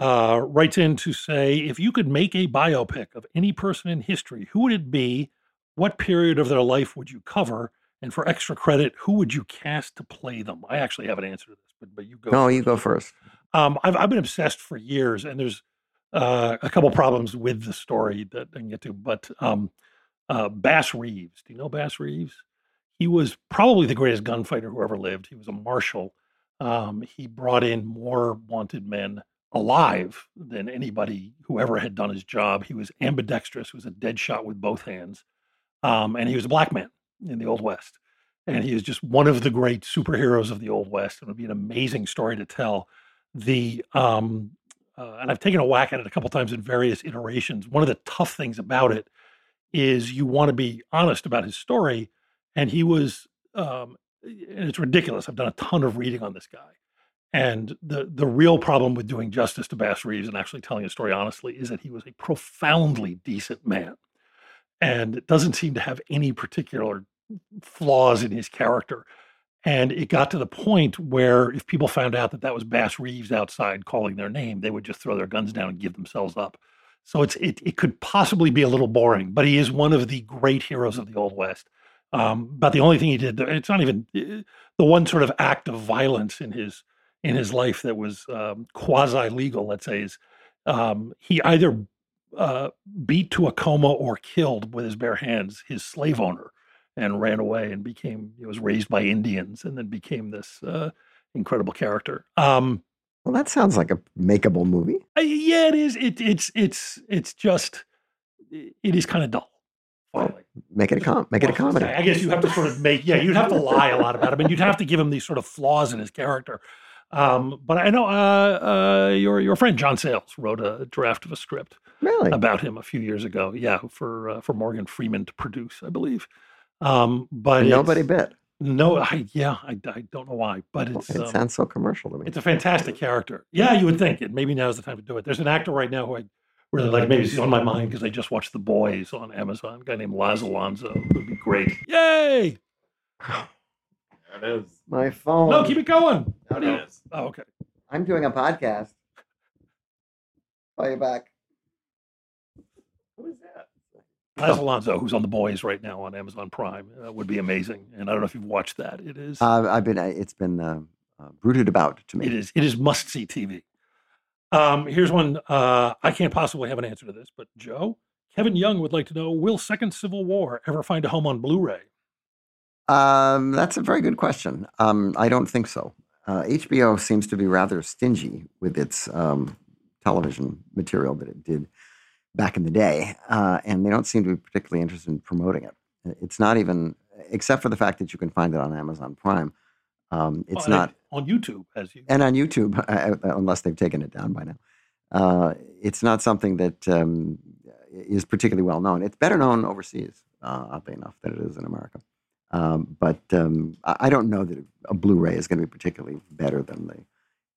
B: Uh, writes in to say if you could make a biopic of any person in history, who would it be? What period of their life would you cover? And for extra credit, who would you cast to play them? I actually have an answer to this, but but you go.
D: no. You go first.
B: Um, I've I've been obsessed for years, and there's uh, a couple problems with the story that I can get to. But um, uh, Bass Reeves, do you know Bass Reeves? He was probably the greatest gunfighter who ever lived. He was a marshal. Um, he brought in more wanted men alive than anybody who ever had done his job. He was ambidextrous, was a dead shot with both hands, um, and he was a black man in the Old West. And he is just one of the great superheroes of the Old West. It would be an amazing story to tell the um uh, and I've taken a whack at it a couple times in various iterations. One of the tough things about it is you want to be honest about his story and he was um, and it's ridiculous. I've done a ton of reading on this guy. And the the real problem with doing justice to Bass Reeves and actually telling his story honestly is that he was a profoundly decent man. And it doesn't seem to have any particular flaws in his character. And it got to the point where if people found out that that was Bass Reeves outside calling their name, they would just throw their guns down and give themselves up. So it's it, it could possibly be a little boring, but he is one of the great heroes of the Old West. Um, but the only thing he did, it's not even eh, the one sort of act of violence in his in his life that was um, quasi legal. Let's say is um, he either uh, beat to a coma or killed with his bare hands his slave owner and ran away and became he was raised by Indians and then became this uh, incredible character. Um,
D: well, that sounds like a makeable movie.
B: I- yeah, it is. It, it's it's it's just it is kind of dull. Finally.
D: Make it a com- make it a
B: Well, I was gonna
D: comedy.
B: say, I guess you have to sort of make, yeah, you'd have to lie a lot about him, and you'd have to give him these sort of flaws in his character. Um, but I know uh, uh, your your friend John Sayles wrote a draft of a script
D: Really?
B: about him a few years ago. Yeah, for uh, for Morgan Freeman to produce, I believe. Um, but
D: And nobody
B: it's-
D: bit.
B: No, I, yeah, I, I don't know why, but it's
D: it
B: um,
D: sounds so commercial to me.
B: it's a fantastic character. Yeah, you would think it. Maybe now's the time to do it. There's an actor right now who I really like. Maybe he's on my mind because I just watched The Boys on Amazon. A guy named Laz Alonso would be great. Yay!
K: There it is.
D: My phone.
B: No, keep it going.
D: No, no.
B: Oh, okay.
D: I'm doing a podcast. Call you back.
B: Laz Alonso, who's on The Boys right now on Amazon Prime, uh, would be amazing. And I don't know if you've watched that. It is.
D: Uh, I've been. uh, It's been uh, uh, brooded about to me.
B: It is. It is must see TV. Um, here's one. Uh, I can't possibly have an answer to this, but Joe, Kevin Young would like to know: Will Second Civil War ever find a home on Blu-ray?
D: Um, that's a very good question. Um, I don't think so. Uh, HBO seems to be rather stingy with its um, television material that it did back in the day, uh, and they don't seem to be particularly interested in promoting it. It's not even, except for the fact that you can find it on Amazon Prime. Um,
B: Well,
D: it's
B: and
D: not
B: on YouTube, as you.
D: and on YouTube, uh, unless they've taken it down by now. Uh, it's not something that um, is particularly well known. It's better known overseas, uh, oddly enough, than it is in America. Um, but um, I I don't know that a Blu-ray is going to be particularly better than the,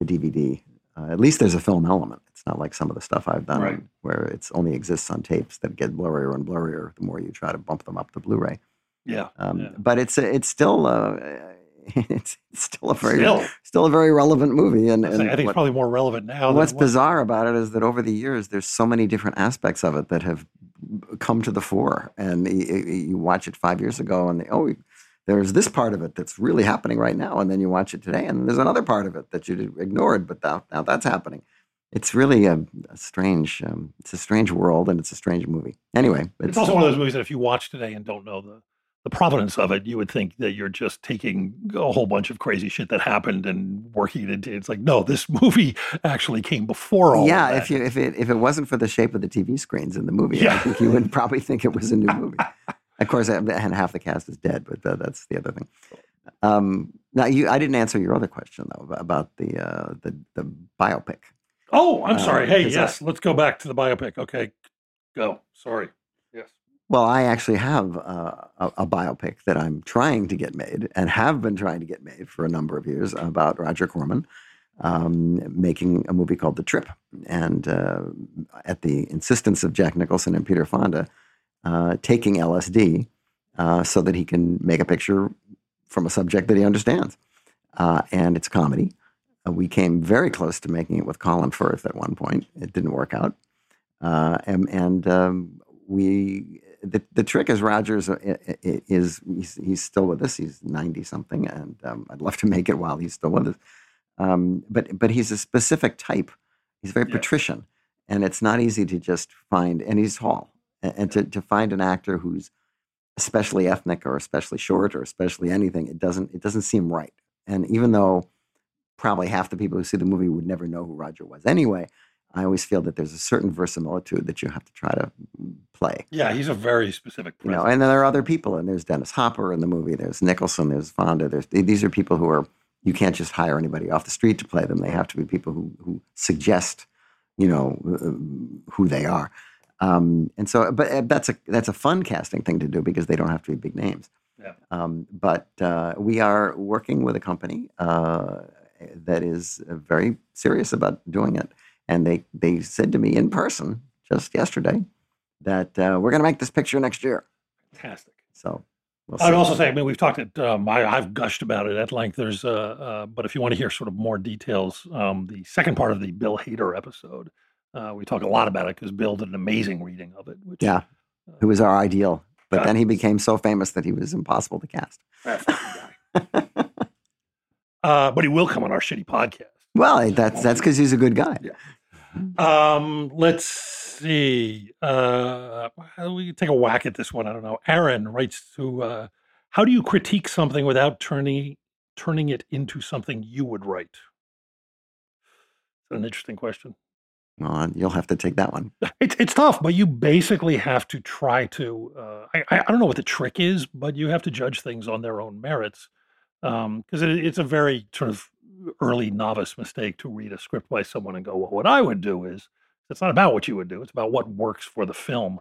D: the DVD. Uh, at least there's a film element. It's not like some of the stuff I've done
B: Right.
D: where it's only exists on tapes that get blurrier and blurrier the more you try to bump them up to Blu-ray.
B: Yeah.
D: Um,
B: yeah.
D: But it's it's still uh, it's still a very
B: Still.
D: still a very relevant movie. And,
B: I was saying,
D: and
B: I think it's
D: what-
B: probably more relevant now.
D: what's
B: than it was.
D: bizarre about it is that over the years, there's so many different aspects of it that have come to the fore. And y- y- you watch it five years ago, and oh, there's this part of it that's really happening right now, and then you watch it today, and there's another part of it that you ignored, but now, now that's happening. It's really a, a strange, um, it's a strange world, and it's a strange movie. Anyway,
B: It's, also one of those movies that if you watch today and don't know the the provenance of it, you would think that you're just taking a whole bunch of crazy shit that happened and working it into. It's like no, this movie actually came before all. of
D: yeah.
B: that.
D: If you if it if it wasn't for the shape of the TV screens in the movie, I
B: Yeah.
D: think you would probably think it was a new movie. of course, and half the cast is dead, but tha- that's the other thing. Um, now, you, I didn't answer your other question though about the uh, the the biopic.
B: Oh, I'm
D: Uh,
B: sorry. Hey,
D: 'cause I-
B: yes, let's go back to the biopic. Okay, go. Sorry. Yes.
D: Well, I actually have uh, a, a biopic that I'm trying to get made and have been trying to get made for a number of years about Roger Corman um, making a movie called The Trip. And uh, at the insistence of Jack Nicholson and Peter Fonda, uh, taking LSD uh, so that he can make a picture from a subject that he understands. Uh, and it's comedy. Uh, we came very close to making it with Colin Firth at one point, it didn't work out. Uh, and and um, we the, the trick is Rogers uh, i- i- is he's, he's still with us. He's ninety something, and um, I'd love to make it while he's still with us. Um, but but he's a specific type. He's very
B: Yeah.
D: patrician, and it's not easy to just find. And he's Hall, and, and to to find an actor who's especially ethnic or especially short or especially anything, it doesn't it doesn't seem right. And even though probably half the people who see the movie would never know who Roger was anyway, I always feel that there's a certain verisimilitude that you have to try to mm, play.
B: Yeah, he's a very specific.
D: You know, and then there are other people, and there's Dennis Hopper in the movie, there's Nicholson, there's Fonda, there's these are people who are you can't just hire anybody off the street to play them. They have to be people who who suggest, you know, uh, who they are. Um, and so, but uh, that's a that's a fun casting thing to do because they don't have to be big names.
B: Yeah.
D: Um, but uh, we are working with a company uh, that is very serious about doing it. And they, they said to me in person just yesterday that uh, we're going to make this picture next year.
B: Fantastic.
D: So we'll
B: I'd
D: see.
B: also say, I mean, we've talked at, um, I, I've gushed about it at length. There's, uh, uh, but if you want to hear sort of more details, um, the second part of the Bill Hader episode, uh, we talk a lot about it because Bill did an amazing reading of it. Which, uh,
D: Yeah. Who was our ideal. But
B: God.
D: then he became so famous that he was impossible to cast.
B: uh, but he will come on our shitty podcast.
D: Well, eh, that's that's because he's a good guy.
B: Um, let's see. Uh, we can take a whack at this one. I don't know. Aaron writes to, uh, how do you critique something without turning turning it into something you would write? An interesting question.
D: Well, uh, you'll have to take that one.
B: It's it's tough, but you basically have to try to. Uh, I I I don't know what the trick is, but you have to judge things on their own merits, because it, it's a very sort of early novice mistake to read a script by someone and go, "Well, what I would do is." It's not about what you would do; it's about what works for the film.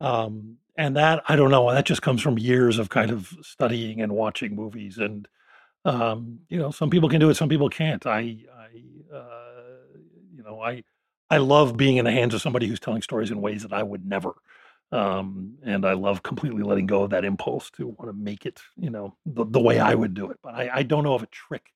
B: Um, and that I don't know. That just comes from years of kind of studying and watching movies, and um, you know, some people can do it, some people can't. I I uh, you know I. I love being in the hands of somebody who's telling stories in ways that I would never. Um, and I love completely letting go of that impulse to want to make it, you know, the, the way I would do it. But I, I don't know of a trick.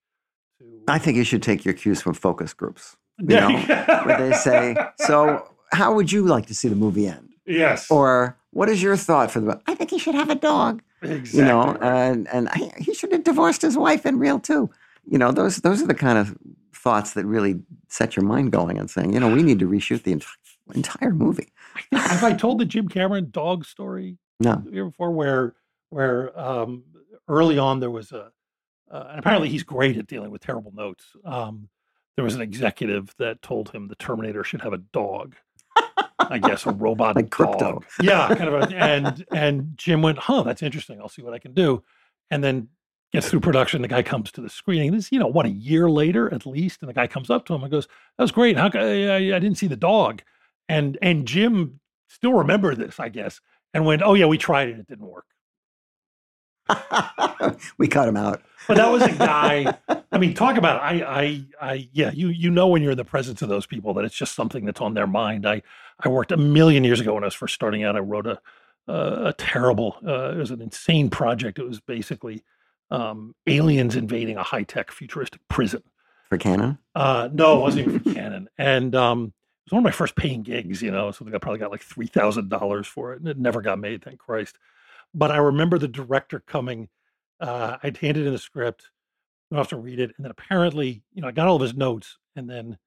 D: I think you should take your cues from focus groups. You know, where they say, "So, how would you like to see the movie end?"
B: Yes.
D: Or, "What is your thought for the?" I think he should have a dog.
B: Exactly.
D: You know, uh, and and I, he should have divorced his wife in real too. You know, those those are the kind of thoughts that really set your mind going and saying, you know, we need to reshoot the ent- entire movie.
B: Have I told the Jim Cameron dog story
D: No,
B: here before where where um, early on there was a uh, and apparently he's great at dealing with terrible notes. Um, there was an executive that told him the Terminator should have a dog. I guess a robot
D: Like
B: dog.
D: crypto.
B: Yeah, kind of. A, and and Jim went, huh, that's interesting. I'll see what I can do. And then gets through production. The guy comes to the screening. This, you know, what a year later at least. And the guy comes up to him and goes, "That was great. How co- I, I, I didn't see the dog." And and Jim still remembered this, I guess, and went, "Oh yeah, we tried it. It didn't work."
D: we cut him out.
B: But that was a guy. I mean, talk about I, I, I. Yeah, you you know when you're in the presence of those people that it's just something that's on their mind. I I worked a million years ago when I was first starting out. I wrote a uh, a terrible. Uh, it was an insane project. It was basically um, aliens invading a high tech futuristic prison.
D: for Canon.
B: Uh, no, it wasn't even for Canon. And um, it was one of my first paying gigs, you know, so I probably got like $3,000 for it. And it never got made, thank Christ. But I remember the director coming. Uh, I'd handed in the script, I have to read it. And then apparently, you know, I got all of his notes. And then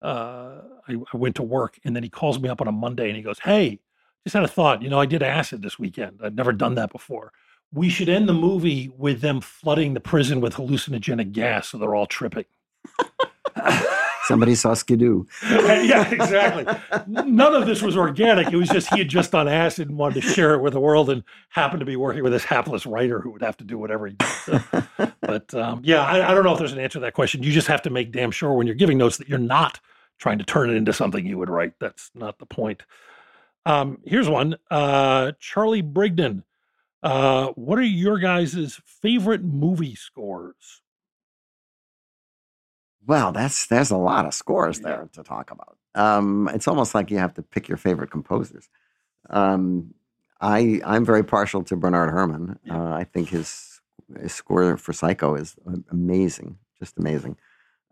B: uh, I, I went to work. And then he calls me up on a Monday and he goes, Hey, just had a thought. You know, I did acid this weekend. I'd never done that before. We should end the movie with them flooding the prison with hallucinogenic gas so they're all tripping.
D: Somebody saw Skidoo.
B: yeah, exactly. None of this was organic. It was just he had just done acid and wanted to share it with the world, and happened to be working with this hapless writer who would have to do whatever he did. So, but um, yeah, I, I don't know if there's an answer to that question. You just have to make damn sure when you're giving notes that you're not trying to turn it into something you would write. That's not the point. Um, here's one. Uh, Charlie Brigden. Uh, what are your guys' favorite movie scores?
D: Wow, that's there's a lot of scores there to talk about. Um, it's almost like you have to pick your favorite composers. Um, I I'm very partial to Bernard Herrmann. Uh, I think his, his score for Psycho is amazing, just amazing.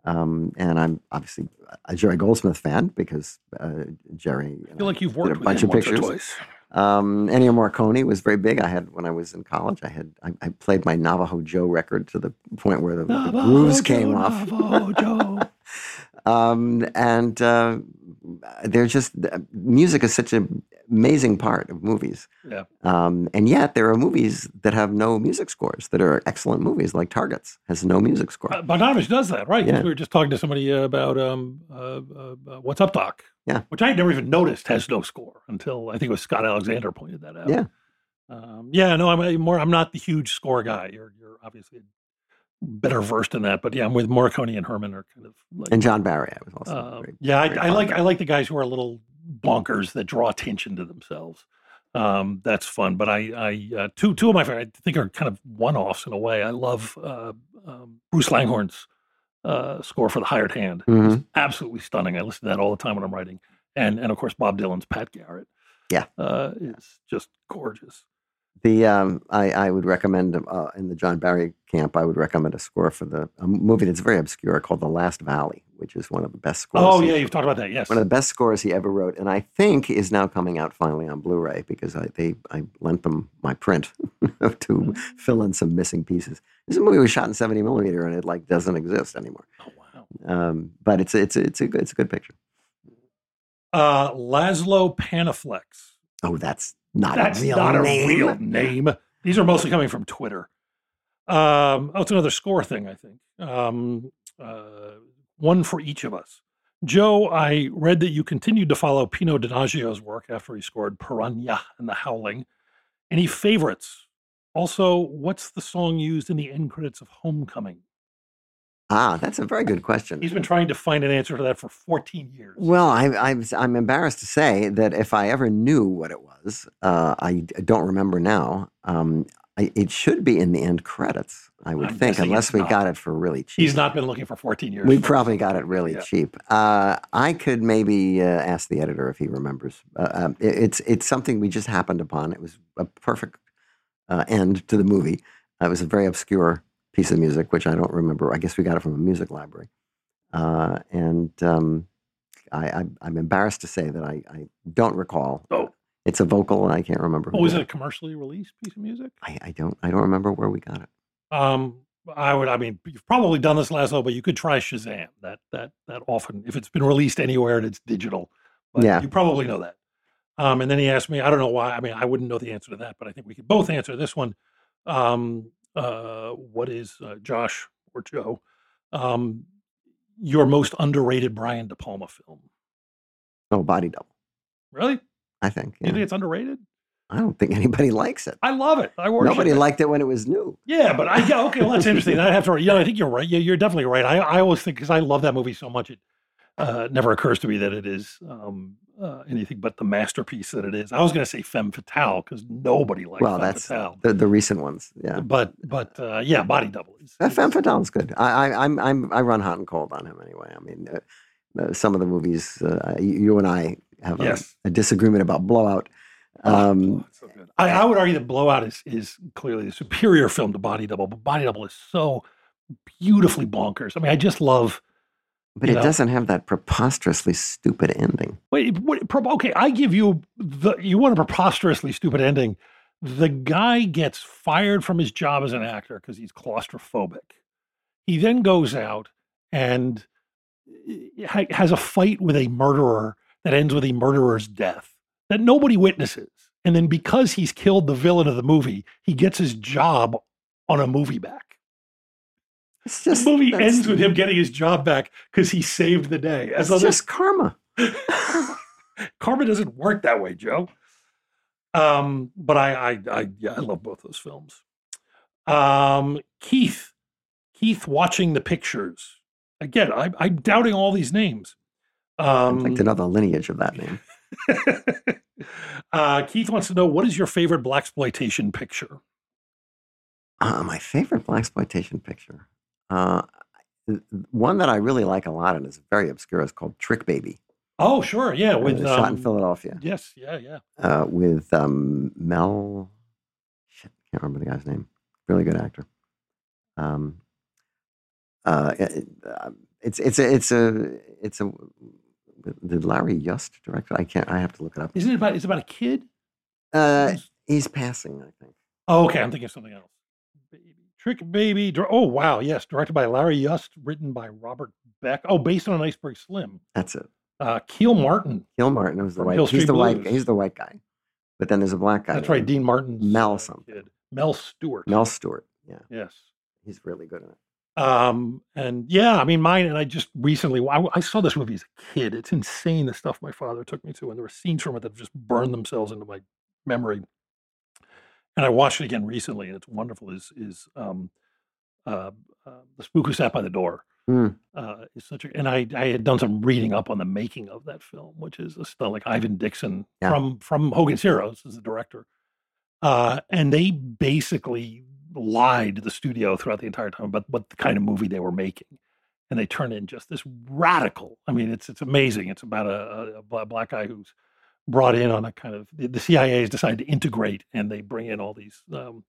D: Um, and I'm obviously a Jerry Goldsmith fan because uh, Jerry
B: I feel like you've
D: did
B: worked
D: a
B: with
D: bunch
B: him
D: of
B: once or
D: pictures.
B: twice.
D: Um, Ennio Morricone was very big. I had when I was in college. I had I, I played my Navajo Joe record to the point where the, the grooves came off. Um, and uh, they're just uh, music is such an amazing part of movies.
B: Yeah.
D: Um, and yet there are movies that have no music scores that are excellent movies, like Targets has no music score.
B: Uh, Bogdanovich does that, right? 'Cause
D: Yeah.
B: We were just talking to somebody uh, about um, uh, uh, uh, What's Up Doc,
D: Yeah.
B: which I had never even noticed has no score until I think it was Scott Alexander pointed that out.
D: Yeah.
B: Um, yeah, no, I'm a more. I'm not the huge score guy. You're you're obviously better versed in that, but yeah, I'm with Morricone and Herman are kind of like
D: and John Barry, I was also.
B: um,
D: very-
B: yeah, I,
D: very
B: I
D: fond
B: like
D: of.
B: I like the guys who are a little bonkers that draw attention to themselves. Um, that's fun. But I, I uh, two two of my favorite, I think, are kind of one offs in a way. I love uh, um, Bruce Langhorne's uh, score for The Hired Hand. It's
D: Mhm.
B: absolutely stunning. I listen to that all the time when I'm writing, and and of course Bob Dylan's Pat Garrett.
D: Yeah.
B: uh, is just gorgeous.
D: The um, I, I would recommend uh, in the John Barry camp. I would recommend a score for the a movie that's very obscure called The Last Valley, which is one of the best scores.
B: Oh
D: he-
B: yeah, you've talked about that. Yes,
D: one of the best scores he ever wrote, and I think is now coming out finally on Blu-ray because I they I lent them my print
B: Hmm.
D: to fill in some missing pieces. This movie was shot in seventy millimeter, and it like doesn't exist anymore.
B: Oh wow!
D: Um, but it's it's it's a good, it's a good picture.
B: uh, Laszlo Panaflex.
D: Oh, that's not
B: That's
D: a real
B: not
D: name.
B: a real name. These are mostly coming from Twitter. Um, oh, it's another score thing, I think. Um, uh, one for each of us. Joe, I read that you continued to follow Pino Donaggio's work after he scored Piranha and The Howling. Any favorites? Also, what's the song used in the end credits of Homecoming?
D: Ah, that's a very good question.
B: He's been trying to find an answer to that for 14 years.
D: Well, I, I'm, I'm embarrassed to say that if I ever knew what it was, uh, I d- don't remember now. Um, I, it should be in the end credits, I would
B: I'm
D: think,
B: guessing
D: unless
B: it's
D: we
B: not.
D: got it for really cheap.
B: He's not been looking for 14 years.
D: We probably got it really
B: Yeah.
D: cheap. Uh, I could maybe uh, ask the editor if he remembers. Uh, um, it- it's it's something we just happened upon. It was a perfect uh, end to the movie. Uh, it was a very obscure piece of music, which I don't remember. I guess we got it from a music library, uh, and um, I, I, I'm embarrassed to say that I, I don't recall.
B: Oh.
D: It's a vocal, and I can't remember. who
B: Oh, is
D: did
B: it a commercially released piece of music?
D: I, I don't. I don't remember where we got it.
B: Um, I would. I mean, you've probably done this last but you could try
D: Mm-hmm.
B: Shazam. That that that often, if it's been released anywhere and it's digital, but
D: Yeah.
B: you probably know that. Um, and then he asked me. I don't know why. I mean, I wouldn't know the answer to that, but I think we could both answer this one. Um, uh, what is uh, Josh or Joe? Um, your most underrated Brian De Palma film?
D: Oh, body double.
B: Really?
D: I think.
B: You think
D: Yeah.
B: it's underrated?
D: I don't think anybody likes it.
B: I love it. I worship
D: Nobody
B: it.
D: liked it when it was new.
B: Yeah, but I yeah okay. Well, that's interesting. I have to. Yeah, I think you're right. Yeah, you're definitely right. I, I always think because I love that movie so much, it uh, never occurs to me that it is um, uh, anything but the masterpiece that it is. I was going to say femme fatale because nobody likes
D: well,
B: femme
D: that's
B: fatale.
D: the, the recent ones. Yeah,
B: But but uh, yeah, body double is
D: Uh, Femme Fatale's good. I, I I'm I'm I run hot and cold on him anyway. I mean, uh, uh, some of the movies uh, you, you and I have a,
B: Yes. Oh,
D: a disagreement about Blowout. Um,
B: so good. I, I would argue that Blowout is is clearly the superior film to Body Double, but Body Double is so beautifully bonkers. I mean, I just love.
D: but
B: you
D: it
B: know.
D: doesn't have that preposterously stupid ending.
B: Wait, what, prob- okay, I give you the you want a preposterously stupid ending. The guy gets fired from his job as an actor because he's claustrophobic. He then goes out and eh, ha- has a fight with a murderer that ends with a murderer's death that nobody witnesses. And then because he's killed the villain of the movie, he gets his job on a movie back.
D: It's just
B: the movie
D: that's-
B: ends with him getting his job back because he saved the day. As
D: It's
B: though this-
D: just karma.
B: karma doesn't work that way, Joe. Um, but I, I, I, yeah, I love both those films. Um, Keith, Keith, watching the pictures again. I, I'm doubting all these names. Um,
D: I'd like to know the lineage of that name.
B: uh, Keith wants to know what is your favorite black exploitation picture?
D: Uh, my favorite black exploitation picture, uh, th- one that I really like a lot and is very obscure, is called Trick Baby.
B: Oh, sure, yeah,
D: uh,
B: with
D: shot in
B: um,
D: Philadelphia.
B: Yes, yeah, yeah.
D: uh, with um, Mel. Shit, can't remember the guy's name. Really
B: Mm-hmm.
D: good actor. Um, uh, it- uh, it's it's a it's a it's a did Larry Yust direct it? I can't. I have to look it up.
B: Isn't it about? It's about a kid.
D: Uh, he's passing, I think.
B: Oh, okay, I'm thinking of something else. Baby. Trick Baby. dir- Oh, wow. Yes, directed by Larry Yust, written by Robert Beck. Oh, based on an Iceberg Slim.
D: That's it.
B: Uh, Keel Martin.
D: Gil Martin was the
B: From
D: white.
B: Hill
D: he's
B: Street
D: the white.
B: Blues.
D: He's the white guy. But then there's a black guy.
B: That's
D: there.
B: right, Dean Martin's
D: Mel
B: uh,
D: something.
B: kid. Mel Stewart.
D: Mel Stewart. Yeah,
B: Yes.
D: he's really good in it.
B: Um, and yeah, I mean, mine, and I just recently, I, I saw this movie as a kid. It's insane the stuff my father took me to, and there were scenes from it that just burned themselves into my memory. And I watched it again recently, and it's wonderful. Is is um, uh, uh, the spook who sat by the door?
D: Hmm.
B: Uh, is such a, and I, I had done some reading up on the making of that film, which is a stuff like Ivan Dixon
D: Yeah.
B: from from Hogan's Heroes is the director, uh, and they basically lied to the studio throughout the entire time about what the kind of movie they were making, and they turned in just this radical. I mean, it's it's amazing. It's about a, a, a bla- black guy who's brought in on a kind of the, the CIA has decided to integrate, and they bring in all these um,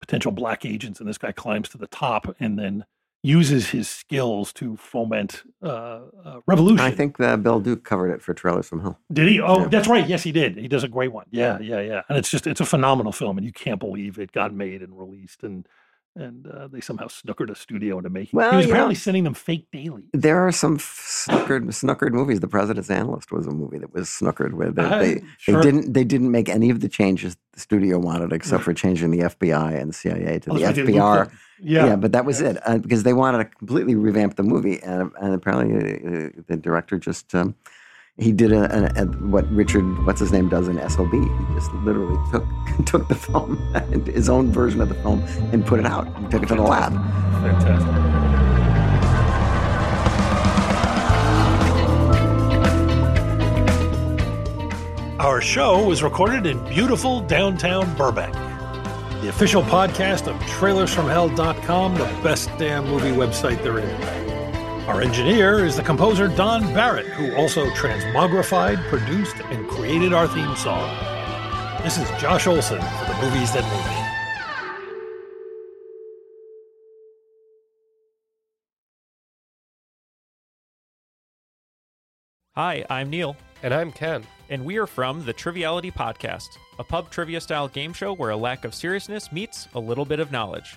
B: potential black agents, and this guy climbs to the top, and then uses his skills to foment uh, uh, revolution.
D: I think uh, Bill Duke covered it for Trailers from Hell.
B: Did he? Oh,
D: Yeah.
B: that's right. Yes, he did. He does a great one. Yeah, yeah, yeah. And it's just it's a phenomenal film, and you can't believe it got made and released, and and uh, they somehow snookered a studio into making. it.
D: Well,
B: He was
D: yeah.
B: apparently sending them fake daily.
D: There are some f- snookered, snookered movies. The President's Analyst was a movie that was snookered where they,
B: Uh,
D: they,
B: sure.
D: they didn't they didn't make any of the changes the studio wanted except for changing the FBI and CIA to
B: Oh,
D: the
B: that's right, they looped
D: FBR.
B: them. Yeah.
D: but that was it uh, because they wanted to completely revamp the movie, and, and apparently uh, the director just um, he did a, an a, what Richard what's his name does in SOB. He just literally took took the film, his own version of the film, and put it out. He took it to the lab.
B: Fantastic. Our show was recorded in beautiful downtown Burbank. The official podcast of trailersfromhell.com, the best damn movie website there is. Our engineer is the composer Don Barrett, who also transmogrified, produced, and created our theme song. This is Josh Olson for the Movies That Move Me.
L: Hi, I'm Neil. And I'm Ken. And we are from the Triviality Podcast, a pub trivia style game show where a lack of seriousness meets a little bit of knowledge.